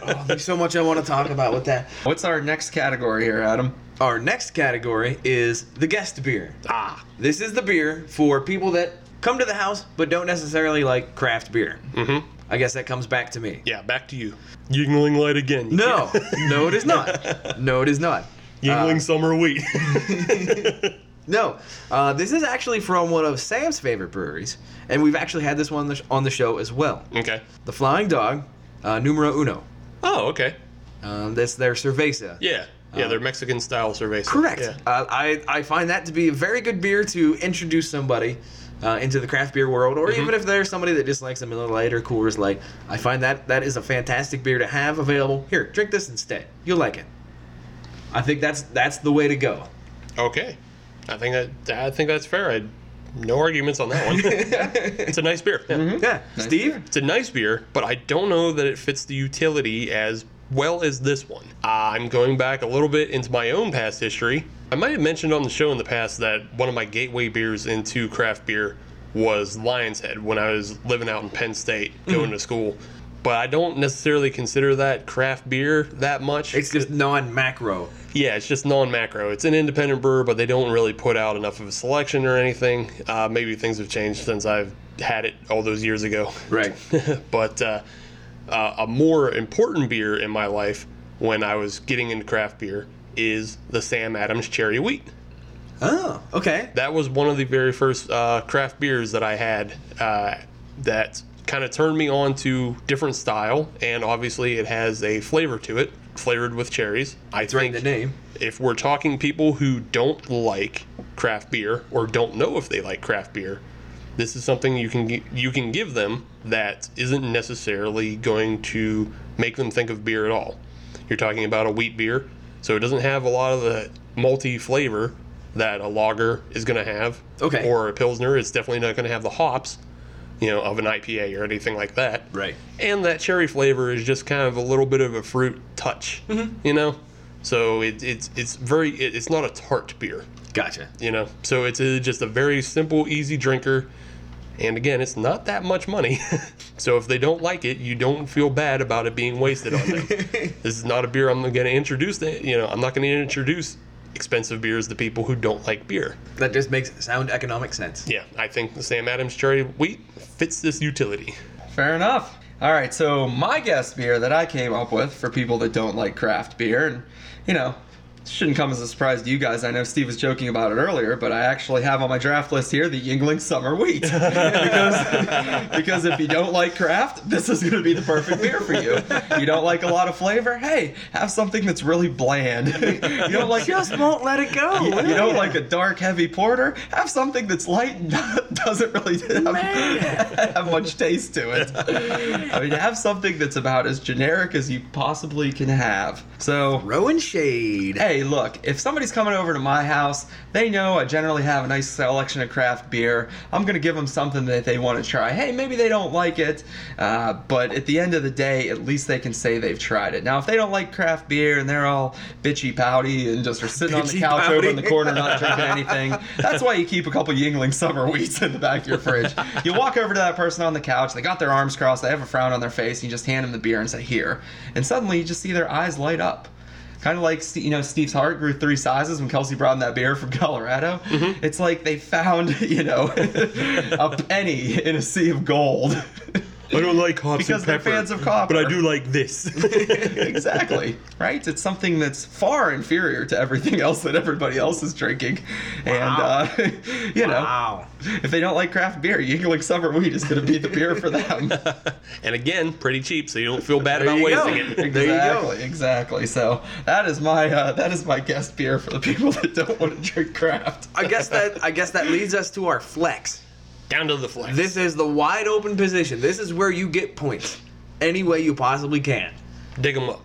S3: Oh, there's so much I want to talk about with that.
S1: what's our next category here, Adam?
S3: Our next category is the guest beer.
S2: ah,
S3: This is the beer for people that come to the house but don't necessarily like craft beer. Mm-hmm. I guess that comes back to me.
S2: yeah. Back to you. Yingling light again. You
S3: No, no, it is not. No, it is not.
S2: can't-
S3: Uh.
S2: Yingling summer wheat.
S3: No, uh, this is actually from one of Sam's favorite breweries, and we've actually had this one on the, sh- on the show as well.
S2: okay.
S3: The Flying Dog, uh, Numero Uno.
S2: Oh, okay.
S3: Um, that's their cerveza.
S2: Yeah, yeah. they're Mexican style cerveza.
S3: Uh. Correct.
S2: Yeah.
S3: Uh, I, I find that to be a very good beer to introduce somebody uh, into the craft beer world, or even if there's somebody that dislikes a Miller Lite or Coors Light, I find that that is a fantastic beer to have available. Here, drink this instead. You'll like it. I think that's that's the way to go.
S2: Okay. I think that I think that's fair. I no arguments on that one. it's a nice beer. Yeah.
S3: Yeah, Steve.
S1: beer.
S2: It's a nice beer, but I don't know that it fits the utility as well as this one. Uh, I'm going back a little bit into my own past history. I might have mentioned on the show in the past that one of my gateway beers into craft beer was Lion's Head when I was living out in Penn State going to school. But I don't necessarily consider that craft beer that much.
S3: It's just non-macro.
S2: Yeah, it's just non-macro. It's an independent brewer, but they don't really put out enough of a selection or anything. Uh, maybe things have changed since I've had it all those years ago.
S3: Right.
S2: but uh, uh, a more important beer in my life when I was getting into craft beer is the Sam Adams Cherry Wheat.
S3: Oh, okay.
S2: That was one of the very first uh, craft beers that I had uh, that kind of turned me on to different style, and obviously it has a flavor to it, flavored with cherries. I
S3: It's right in the name.
S2: if we're talking people who don't like craft beer or don't know if they like craft beer, this is something you can gi- you can give them that isn't necessarily going to make them think of beer at all. You're talking about a wheat beer, so it doesn't have a lot of the malty flavor that a lager is going to have,
S3: Okay.
S2: or a pilsner. It's definitely not going to have the hops, you know, of an IPA or anything like that.
S3: Right.
S2: And that cherry flavor is just kind of a little bit of a fruit touch, you know. So it, it's it's very it, it's not a tart beer,
S3: Gotcha.
S2: you know. So it's a, just a very simple, easy drinker. And again, it's not that much money. so if they don't like it, you don't feel bad about it being wasted on them. this is not a beer I'm going to introduce. To, you know, I'm not going to introduce expensive beers to people who don't like beer.
S3: That just makes sound economic sense.
S2: Yeah, I think the Sam Adams Cherry Wheat fits this utility.
S1: Fair enough. All right, so my guest beer that I came up with for people that don't like craft beer, and you know, shouldn't come as a surprise to you guys. I know Steve was joking about it earlier, but I actually have on my draft list here the Yingling Summer Wheat. because, because if you don't like craft, this is going to be the perfect beer for you. You don't like a lot of flavor? Hey, have something that's really bland. you don't like
S3: Just won't let it go.
S1: you,
S3: will
S1: you don't
S3: ya?
S1: like a dark, heavy porter? Have something that's light and doesn't really have,
S3: Man.
S1: have much taste to it. I mean, have something that's about as generic as you possibly can have. So,
S3: Rowan Shade.
S1: hey, look, if somebody's coming over to my house, they know I generally have a nice selection of craft beer. I'm going to give them something that they want to try. Hey, maybe they don't like it, uh, but at the end of the day, at least they can say they've tried it. Now, if they don't like craft beer and they're all bitchy pouty and just are sitting on the
S3: Bitchy
S1: couch over in the
S3: pouty.
S1: corner not drinking anything, that's why you keep a couple Yingling summer wheats in the back of your fridge. You walk over to that person on the couch, they got their arms crossed, they have a frown on their face, and you just hand them the beer and say, here. And suddenly you just see their eyes light up. Kind of like Ste- you know Steve's heart grew three sizes when Kelsey brought him that beer from Colorado. It's like they found you know a penny in a sea of gold.
S2: I don't like hops
S1: Because
S2: and
S1: they're
S2: pepper,
S1: fans of copper.
S2: but I do like this.
S1: exactly right. It's something that's far inferior to everything else that everybody else is drinking, and uh, you know
S3: Wow.
S1: if they don't like craft beer, Yingling Summer Wheat is going to be the beer for them.
S2: and again, pretty cheap, so you don't feel bad about
S3: you
S2: wasting
S3: go.
S2: it.
S1: exactly,
S3: There you go.
S1: exactly. So that is my uh, that is my guest beer for the people that don't want to drink craft.
S3: I guess that I guess that leads us to our flex.
S2: Down to the flex.
S3: This is the wide open position. This is where you get points any way you possibly can.
S2: Dig them up.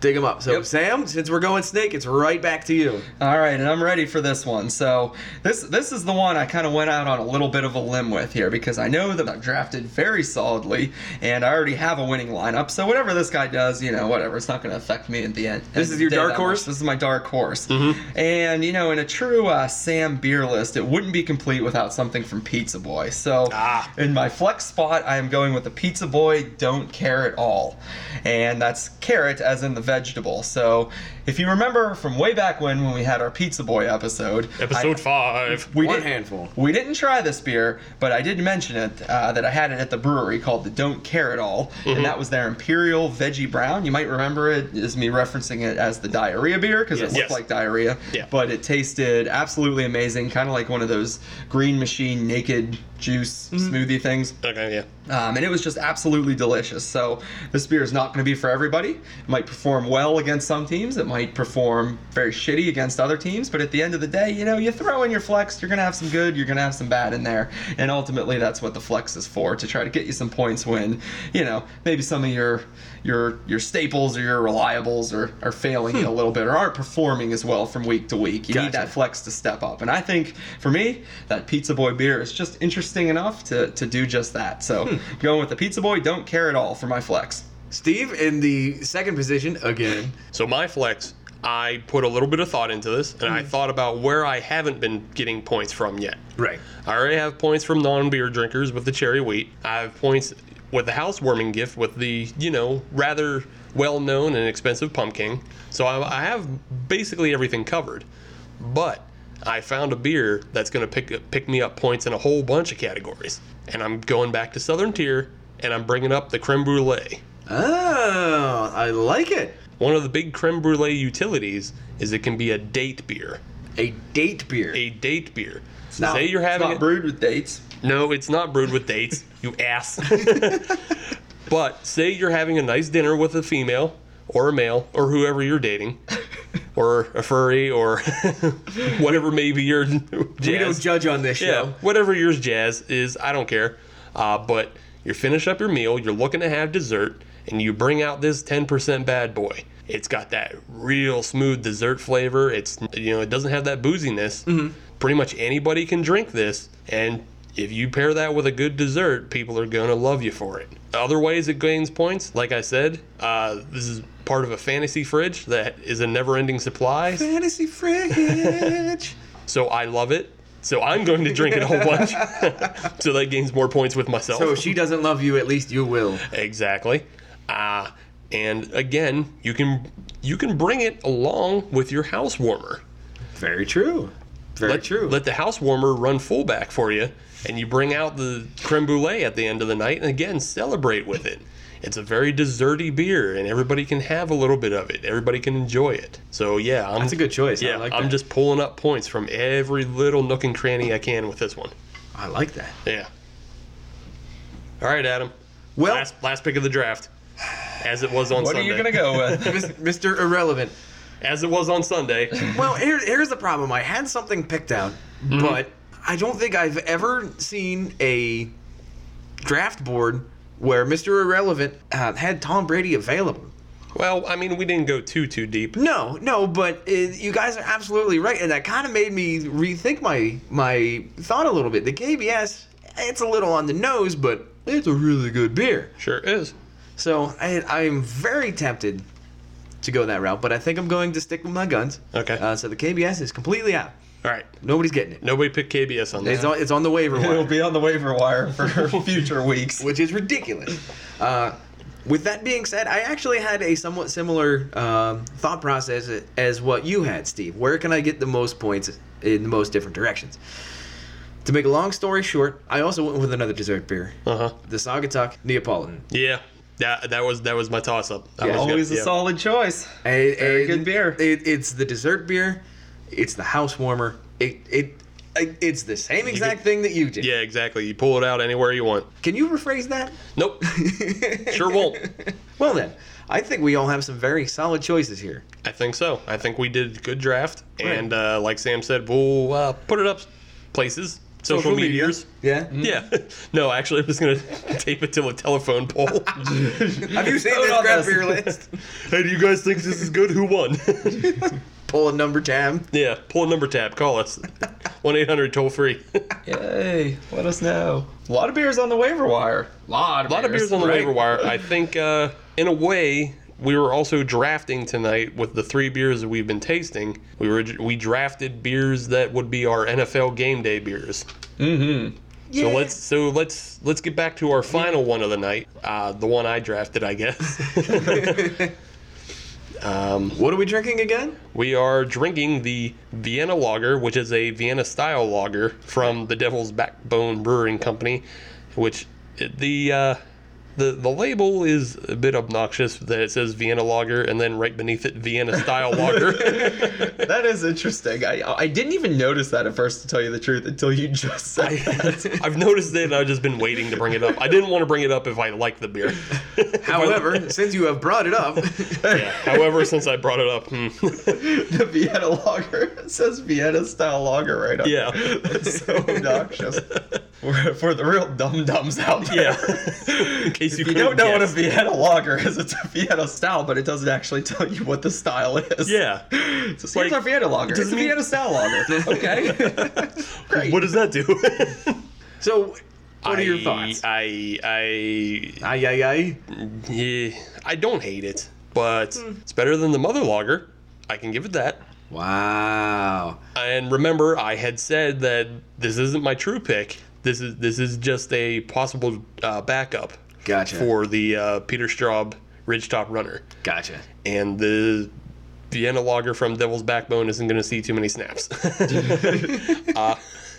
S3: Dig them up. So
S1: Yep.
S3: Sam, since we're going snake, it's right back to you.
S1: All right, and I'm ready for this one. So this this is the one I kind of went out on a little bit of a limb with here because I know that I've drafted very solidly, and I already have a winning lineup. So whatever this guy does, you know, whatever, it's not going to affect me at the end.
S3: This
S1: end
S3: is
S1: of
S3: your
S1: the day
S3: dark
S1: that
S3: horse?
S1: much. This is my dark horse.
S2: Mm-hmm.
S1: And you know, in a true uh, Sam beer list, it wouldn't be complete without something from Pizza Boy. So
S2: Ah.
S1: in my flex spot, I am going with the Pizza Boy Don't Care at All. And that's carrot as in the vegetable. So if you remember from way back when, when we had our Pizza Boy episode,
S2: Episode
S1: I-
S2: five.
S1: we
S3: One
S1: did-
S3: handful.
S1: we didn't try this beer, but I did mention it uh, that I had it at the brewery called the Don't Care at All,
S2: Mm-hmm.
S1: and that was their Imperial Veggie Brown. You might remember it as me referencing it as the diarrhea beer because
S3: Yes.
S1: it looked
S2: Yes.
S1: like diarrhea,
S2: Yeah.
S1: but it tasted absolutely amazing, kind of like one of those green machine naked juice
S2: Mm-hmm.
S1: smoothie things.
S2: Okay, yeah.
S1: Um, and it was just absolutely delicious. So this beer is not going to be for everybody. It might perform well against some teams. It might perform very shitty against other teams. But at the end of the day, you know, you throw in your flex. You're going to have some good. You're going to have some bad in there. And ultimately, that's what the flex is for to try to get you some points when, you know, maybe some of your your your staples or your reliables are, are failing you a little bit or aren't performing as well from week to week. You need
S3: Gotcha.
S1: that flex to step up. And I think for me, that Pizza Boy beer is just interesting enough to, to do just that. So going with the Pizza Boy, don't care at all for my flex.
S3: Steve in the second position again.
S2: So my flex, I put a little bit of thought into this, and
S1: Mm-hmm.
S2: I thought about where I haven't been getting points from yet.
S3: Right.
S2: I already have points from non-beer drinkers with the cherry wheat. I have points with the housewarming gift with the you know rather well-known and expensive pumpkin. So I, I have basically everything covered, but I found a beer that's going to pick pick me up points in a whole bunch of categories, and I'm going back to Southern Tier, and I'm bringing up the creme brulee.
S3: Oh, I like it.
S2: One of the big creme brulee utilities is it can be a date beer.
S3: A date beer.
S2: A date beer.
S3: not-
S2: Say you're
S1: It's
S2: having
S1: not
S2: it-
S1: brewed with dates.
S2: No, it's not brewed with dates, you ass. but say you're having a nice dinner with a female or a male or whoever you're dating, or a furry or whatever maybe your
S3: we don't judge on this
S2: yeah,
S3: show.
S2: whatever yours jazz is, I don't care. Uh, but you finish up your meal, you're looking to have dessert, and you bring out this 10% bad boy. It's got that real smooth dessert flavor. It's you know, it doesn't have that booziness. Pretty much anybody can drink this, and if you pair that with a good dessert, people are gonna love you for it. Other ways it gains points, like I said, uh, this is part of a fantasy fridge that is a never-ending supply.
S3: Fantasy fridge.
S2: So I love it. So I'm going to drink it a whole bunch. so that gains more points with myself.
S3: so if she doesn't love you, at least you will.
S2: exactly. Uh, and again, you can you can bring it along with your house warmer.
S3: Very true. Very
S2: Let,
S3: true.
S2: let the house warmer run fullback for you, and you bring out the creme brulee at the end of the night, and again celebrate with it. It's a very desserty beer, and everybody can have a little bit of it. Everybody can enjoy it. So yeah, I'm,
S3: That's a good choice.
S2: Yeah,
S3: I like
S2: I'm
S3: that.
S2: just pulling up points from every little nook and cranny I can with this one.
S3: I like that.
S2: Yeah. All right, Adam.
S3: Well-
S2: last, last pick of the draft, as it was on
S1: What
S2: Sunday.
S1: are you gonna go with?
S3: Mis- Mr. Irrelevant.
S2: As it was on Sunday.
S3: Well, here, here's the problem. I had something picked out, but I don't think I've ever seen a draft board where Mr. Irrelevant uh, had Tom Brady available.
S2: well, I mean, we didn't go too too deep.
S3: No, no, but uh, you guys are absolutely right, and that kind of made me rethink my my thought a little bit. The KBS, it's a little on the nose, but it's a really good beer.
S2: Sure is.
S3: So I, I'm very tempted to go that route, but I think I'm going to stick with my guns.
S2: Okay.
S3: Uh, so the KBS is completely out.
S2: All right.
S3: Nobody's getting it.
S2: Nobody picked KBS on this.
S3: It's on, it's on the waiver
S1: It'll
S3: wire,
S1: be on the waiver wire for future weeks.
S3: which is ridiculous. Uh, with that being said, I actually had a somewhat similar um, thought process as what you had, Steve. Where can I get the most points in the most different directions? To make a long story short, I also went with another dessert beer,
S2: Uh huh.
S3: the Sagatuck Neapolitan.
S2: Yeah. That that was that was my toss up.
S3: Yeah.
S1: Always a solid choice.
S3: A,
S1: Very
S3: a-
S1: good beer.
S3: It, it's the dessert beer. It's the house warmer. It it, it it's the same exact
S2: could-
S3: thing that you did.
S2: Yeah, exactly. You pull it out anywhere you want.
S3: Can you rephrase that?
S2: Nope. Sure won't.
S3: Well then, I think we all have some very solid choices here.
S2: I think so. I think we did a good draft, and uh, like Sam said, we'll uh, put it up places, social, Mm-hmm.
S1: Social media.
S2: medias.
S3: Yeah.
S2: Yeah. No, actually, I'm just gonna tape it to a telephone poll.
S3: Have you seen
S1: Vote
S3: this
S1: on
S3: grab
S1: us.
S3: beer list?
S2: hey, do you guys think this is good? Who won?
S3: Pull a number tab.
S2: yeah. Pull a number tab. Call us. One eight hundred toll free.
S1: Yay! Let us know. A lot of beers on the waiver wire. A lot of
S2: A lot of beers on the
S1: right?
S2: waiver wire. I think, uh, in a way, we were also drafting tonight with the three beers that we've been tasting. We were we drafted beers that would be our NFL game day beers.
S3: Yeah.
S2: So let's so let's let's get back to our final one of the night, uh, the one I drafted, I guess. um,
S3: What are we drinking again?
S2: we are drinking the Vienna Lager, which is a Vienna style lager from the Devil's Backbone Brewing Company, which the uh, the the label is a bit obnoxious that it says Vienna Lager and then right beneath it Vienna style lager.
S1: That is interesting. I I didn't even notice that at first, to tell you the truth, until you just said that.
S2: I've noticed it and I've just been waiting to bring it up. I didn't want to bring it up if I liked the beer. If I-
S3: However, since you have brought it up,
S2: Yeah. However, since I brought it up, hmm.
S1: the Vienna lager it says Vienna style lager right up.
S2: Yeah.
S1: there. that's so obnoxious. For, for the real dum dums out there.
S2: yeah. In case you,
S1: If you don't
S2: couldn't
S1: know what a
S2: guess.
S1: Vienna lager is, it's a Vienna style, but it doesn't actually tell you what the style is.
S2: Yeah.
S1: It's just like,
S2: like-
S1: Here's our Vienna lager.
S2: does
S1: It's
S2: it
S1: a
S2: mean-
S1: Vienna style lager. Okay. Great.
S2: What does that do? what
S3: so what are your thoughts?
S2: I I
S3: Aye, aye, aye.
S2: yeah, I don't hate it, but
S3: Hmm.
S2: it's better than the mother lager. I can give it that.
S3: Wow.
S2: And remember, I had said that this isn't my true pick. This is this is just a possible uh, backup
S3: Gotcha.
S2: for the uh, Peter Straub Ridgetop Runner.
S3: Gotcha.
S2: and the Vienna lager from Devil's Backbone isn't going to see too many snaps. uh,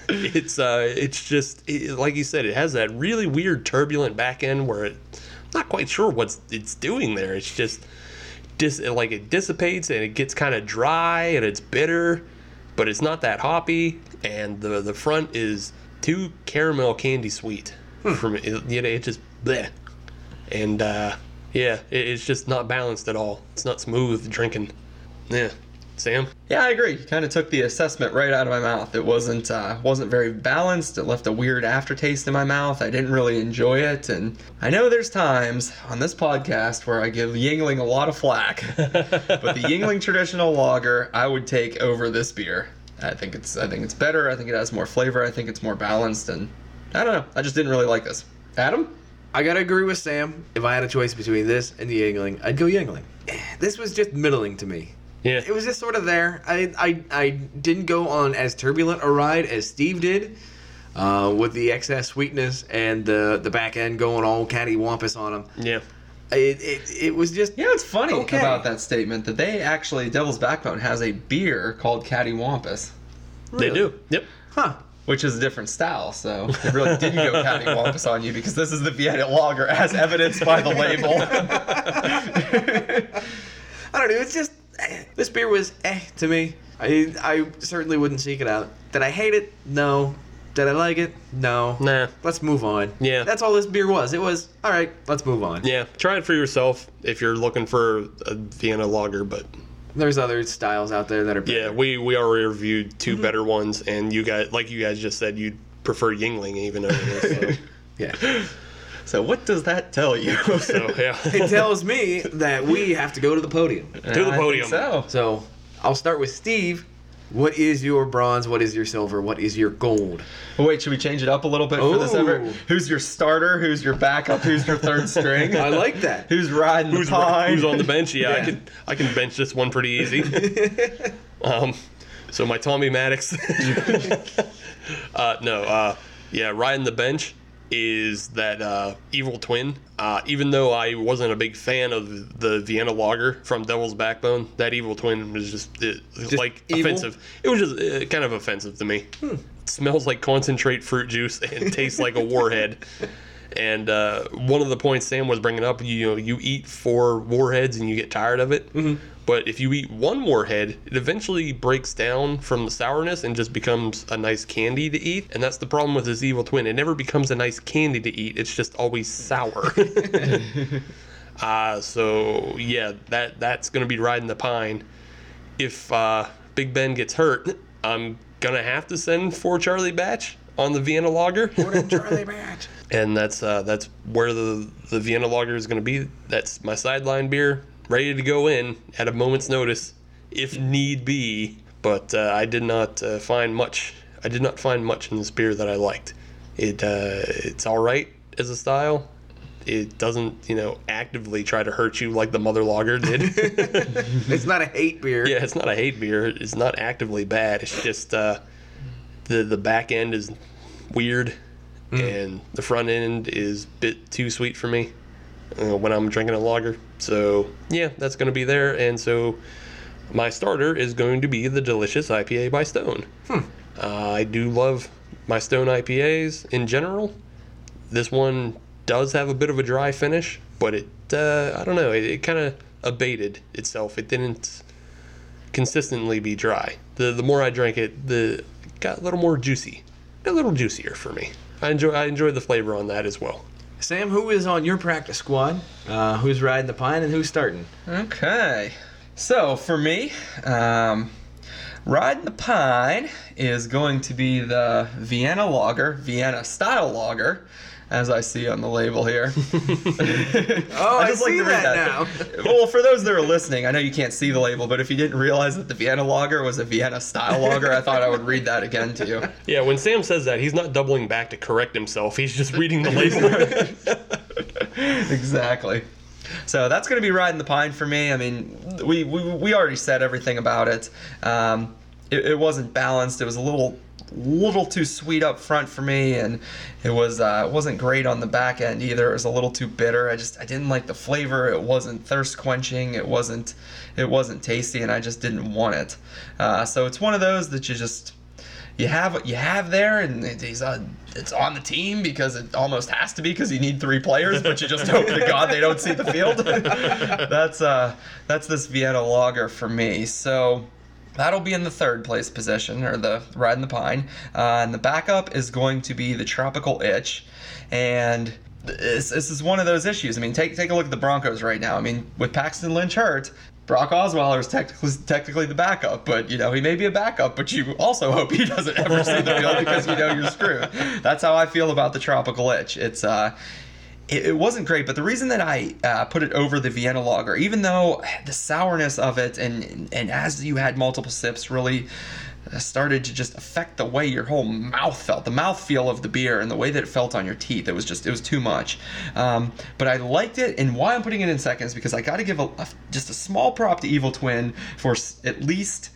S2: it's uh, it's just it, like you said, it has that really weird turbulent back end where it, I'm not quite sure what's it's doing there. It's just dis, like it dissipates and it gets kind of dry and it's bitter, but it's not that hoppy. And the the front is too caramel candy sweet. From it, you know, it just bleh and uh, yeah, it, it's just not balanced at all. It's not smooth drinking. Yeah, Sam.
S1: Yeah, I agree. Kind of took the assessment right out of my mouth. It wasn't uh, wasn't very balanced. It left a weird aftertaste in my mouth. I didn't really enjoy it, and I know there's times on this podcast where I give Yingling a lot of flack, but the Yingling traditional lager I would take over this beer. I think it's I think it's better. I think it has more flavor. I think it's more balanced, and I don't know. I just didn't really like this. Adam,
S3: I gotta agree with Sam. If I had a choice between this and the Yingling, I'd go Yingling. This was just middling to me.
S2: Yeah,
S3: It was just sort of there. I I, I didn't go on as turbulent a ride as Steve did, uh, with the excess sweetness and the the back end going all cattywampus on him.
S2: yeah,
S3: It it, it was just
S1: Yeah, it's funny
S3: Okay.
S1: about that statement that they actually Devil's Backbone has a beer called Caddy Wampus.
S2: they do. Yep.
S3: huh.
S1: which is a different style. So it really didn't go counting wampus on you because this is the Vienna lager, as evidenced by the label.
S3: I don't know. It's just eh, this beer was eh to me. I I certainly wouldn't seek it out. Did I hate it? No. Did I like it? No.
S2: Nah.
S3: Let's move on.
S2: Yeah.
S3: That's all this beer was. It was all right. Let's move on.
S2: Yeah, try it for yourself if you're looking for a Vienna lager. But
S3: There's other styles out there that are better.
S2: yeah, we we already reviewed 2
S1: Mm-hmm.
S2: better ones, and you guys, like you guys just said, you'd prefer Yingling even over this.
S3: Yeah.
S1: so what does that tell you?
S2: So, so yeah,
S3: It tells me that we have to go to the podium.
S2: to the
S1: I think
S2: podium.
S1: So
S3: So I'll start with Steve. What is your bronze? What is your silver? What is your gold?
S1: wait, should we change it up a little bit for this
S3: Ooh.
S1: ever? Who's your starter? Who's your backup? Who's your third string?
S3: I like that.
S1: Who's riding
S2: who's,
S1: the pine?
S2: who's on the bench? Yeah,
S3: Yeah.
S2: I can I can bench this one pretty easy. um, so my Tommy Maddox. uh, no, uh, yeah, riding the bench is that uh, evil twin. Uh, even though I wasn't a big fan of the Vienna Lager from Devil's Backbone, that evil twin was just, it, like
S3: evil?
S2: offensive. It was just uh, kind of offensive to me. It smells like concentrate fruit juice and tastes like a warhead. And uh, one of the points Sam was bringing up, you know, you eat four warheads and you get tired of it. But if you eat one warhead, it eventually breaks down from the sourness and just becomes a nice candy to eat. And that's the problem with this evil twin. It never becomes a nice candy to eat. It's just always sour. uh, so yeah, that that's gonna be riding the pine. If uh, Big Ben gets hurt, I'm gonna have to send for Charlie Batch on the Vienna Lager.
S3: Charlie Batch.
S2: and that's uh, that's where the the Vienna Lager is going to be. That's my sideline beer, ready to go in at a moment's notice, if need be. But uh, I did not uh, find much. I did not find much in this beer that I liked. It uh, it's all right as a style. It doesn't you know actively try to hurt you like the Mother Lager did.
S3: It's not a hate beer.
S2: yeah, it's not a hate beer. It's not actively bad. It's just uh, the the back end is weird, and the front end is a bit too sweet for me uh, when I'm drinking a lager. So yeah, that's going to be there. And so my starter is going to be the delicious IPA by Stone. Uh, I do love my Stone IPAs in general. This one does have a bit of a dry finish, but it uh, I don't know it, it kind of abated itself. It didn't consistently be dry. The the more I drank it, the it got a little more juicy, a little juicier for me. I enjoy I enjoy the flavor on that as well.
S3: Sam, who is on your practice squad? Uh, who's riding the pine and who's starting?
S1: Okay. So for me, um, Riding the Pine is going to be the Vienna lager, Vienna style lager, as I see on the label here. oh,
S3: I see that now.
S1: well, for those that are listening, I know you can't see the label, but if you didn't realize that the Vienna lager was a Vienna style lager, I thought I would read that again to you.
S2: Yeah, when Sam says that, he's not doubling back to correct himself. He's just reading the label.
S1: exactly. So that's going to be riding the pine for me. I mean, we we, we already said everything about it. Um, it. It wasn't balanced. It was a little little too sweet up front for me, and it was uh, it wasn't great on the back end either. It was a little too bitter. I just I didn't like the flavor. It wasn't thirst quenching. It wasn't it wasn't tasty, and I just didn't want it. Uh, so it's one of those that you just you have you have there, and it- he's on. It's on the team because it almost has to be because you need three players, but you just hope to God they don't see the field. that's uh, that's this Vienna logger for me. So that'll be in the third place position, or the riding the pine, uh, and the backup is going to be the tropical itch, and. This, this is one of those issues. I mean, take take a look at the Broncos right now. I mean, with Paxton Lynch hurt, Brock Osweiler is technically technically the backup, but you know he may be a backup, but you also hope he doesn't ever see the field because you know you're screwed. That's how I feel about the tropical itch. It's uh, it, it wasn't great, but the reason that I uh, put it over the Vienna Lager, even though the sourness of it and and as you had multiple sips, really uh, started to just affect the way your whole mouth felt, the mouth feel of the beer and the way that it felt on your teeth. It was just, it was too much. Um, but I liked it, and why I'm putting it in seconds because I got to give a, a- just a small prop to Evil Twin for s- at least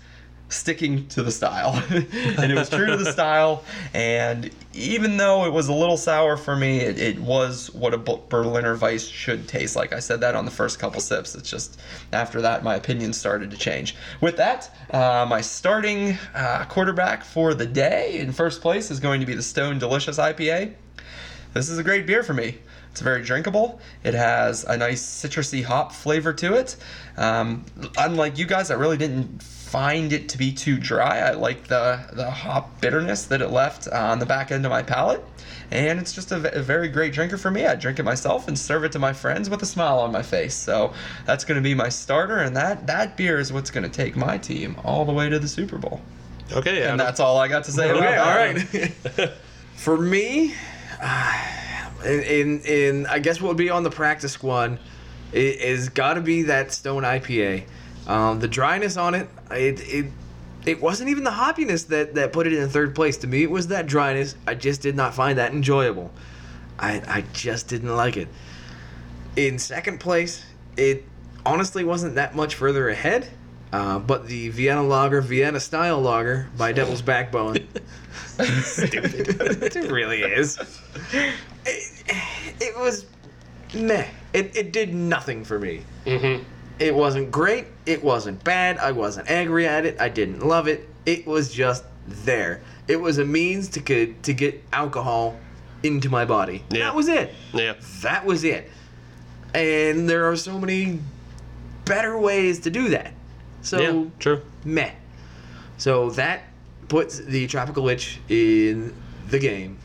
S1: sticking to the style. and it was true to the style. And even though it was a little sour for me, it, it was what a Bu- Berliner Weiss should taste like. I said that on the first couple sips. It's just after that, my opinion started to change. With that, uh, my starting uh, quarterback for the day in first place is going to be the Stone Delicious IPA. This is a great beer for me. It's very drinkable. It has a nice citrusy hop flavor to it. Um, unlike you guys, I really didn't find it to be too dry. I like the, the hop bitterness that it left on the back end of my palate. And it's just a, ve- a very great drinker for me. I drink it myself and serve it to my friends with a smile on my face. So that's going to be my starter, and that, that beer is what's going to take my team all the way to the Super Bowl.
S2: Okay,
S1: And
S2: Adam.
S1: that's all I got to say. about
S3: Okay,
S1: that
S3: all
S1: one.
S3: right. For me, ah, in, in in I guess what would be on the practice one i- is got to be that Stone IPA. Um, the dryness on it, it it it wasn't even the hoppiness that that put it in third place. To me, it was that dryness. I just did not find that enjoyable. I I just didn't like it. In second place, it honestly wasn't that much further ahead. Uh, but the Vienna Lager, Vienna Style Lager by Devil's Backbone it really is. It, it was meh. It, it did nothing for me.
S2: Mhm.
S3: It wasn't great. It wasn't bad. I wasn't angry at it. I didn't love it. It was just there. It was a means to get, to get alcohol into my body.
S2: Yeah.
S3: That was it.
S2: Yeah.
S3: That was it. And there are so many better ways to do that. So
S2: yeah. True.
S3: meh. So that puts the Tropical Witch in the game,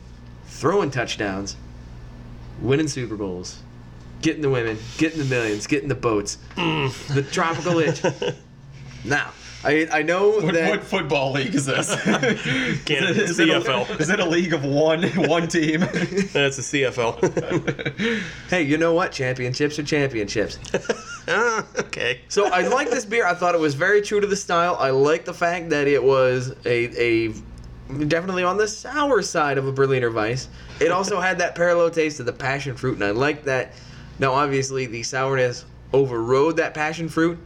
S3: throwing touchdowns, winning Super Bowls, getting the women, getting the millions, getting the boats. The Tropical Witch. now, I I know
S1: What,
S3: that.
S1: what football league is this?
S2: Can't-
S1: is, it
S2: CFL.
S1: A, is it a league of one one team?
S2: That's the CFL.
S3: Hey, you know what? Championships are championships.
S2: Ah, okay.
S3: So I like this beer. I thought it was very true to the style. I like the fact that it was a a definitely on the sour side of a Berliner Weiss. It also had that parallel taste of the passion fruit, and I like that. Now, obviously, the sourness overrode that passion fruit,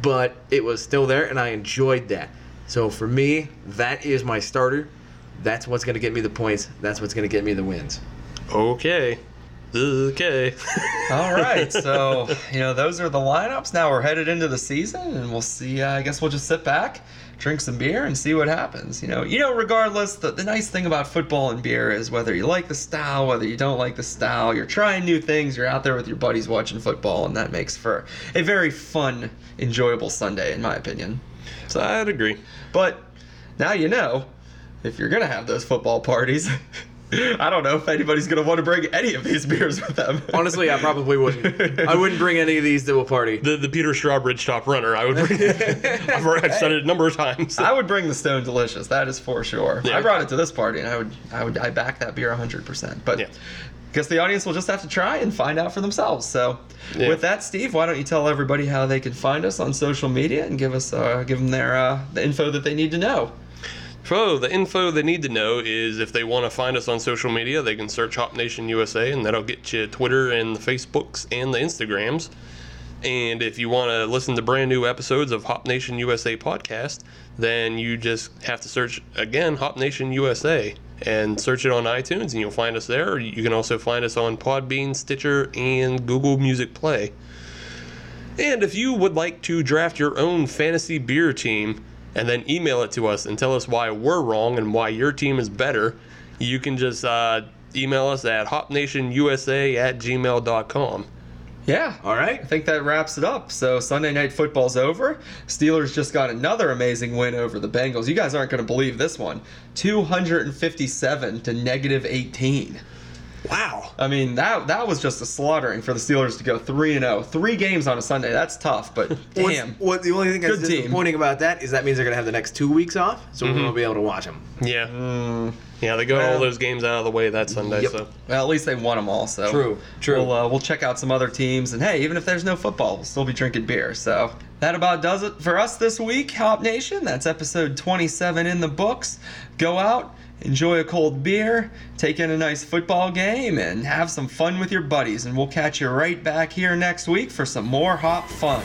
S3: but it was still there, and I enjoyed that. So for me, that is my starter. That's what's going to get me the points. That's what's going to get me the wins.
S2: Okay. Okay.
S1: All right, so you know those are the lineups. Now we're headed into the season, and we'll see. Uh, I guess we'll just sit back, drink some beer, and see what happens. You know, you know. Regardless, the, the nice thing about football and beer is whether you like the style, whether you don't like the style, you're trying new things. You're out there with your buddies watching football, and that makes for a very fun, enjoyable Sunday, in my opinion.
S2: So I'd agree.
S1: But now you know, if you're gonna have those football parties, I don't know if anybody's gonna want to bring any of these beers with them.
S3: Honestly, I probably wouldn't. I wouldn't bring any of these to a party.
S2: The the Peter Strawbridge top runner. I would. Bring, I've, I've said it a number of times.
S1: I would bring the Stone Delicious. That is for sure.
S2: Yeah.
S1: I brought it to this party, and I would, I would, I back that beer 100. percent But
S2: Yeah.
S1: guess the audience will just have to try and find out for themselves. So,
S2: Yeah.
S1: with that, Steve, why don't you tell everybody how they can find us on social media and give us, uh, give them their uh, the info that they need to know.
S2: So the info they need to know is if they want to find us on social media, they can search Hop Nation USA, and that'll get you Twitter and the Facebooks and the Instagrams. And if you want to listen to brand new episodes of Hop Nation USA podcast, then you just have to search again Hop Nation USA and search it on iTunes, and you'll find us there. You can also find us on Podbean, Stitcher, and Google Music Play. And if you would like to draft your own fantasy beer team and then email it to us and tell us why we're wrong and why your team is better, you can just uh, email us at hopnationusa at gmail.com.
S1: Yeah.
S3: All right.
S1: I think that wraps it up. So Sunday night football's over. Steelers just got another amazing win over the Bengals. You guys aren't going to believe this one. 257 to negative 18.
S3: Wow.
S1: I mean, that that was just a slaughtering for the Steelers to go 3 and 0. 3 games on a Sunday. That's tough, but
S3: What's-
S1: damn.
S3: What the only thing that's
S1: Good team. Mm-hmm.
S3: disappointing about that is that means they're gonna have the next two weeks off, so we won't be able to watch them.
S2: Yeah. Yeah, they got
S1: Well-
S2: all those games out of the way that Sunday.
S3: Yep.
S2: So
S1: Well, at least they won them all, so
S3: True, true.
S1: We'll, uh, we'll check out some other teams, and hey, even if there's no football, we'll still be drinking beer. So that about does it for us this week, Hop Nation. That's episode 27 in the books. Go out, enjoy a cold beer, take in a nice football game, and have some fun with your buddies. And we'll catch you right back here next week for some more hop fun.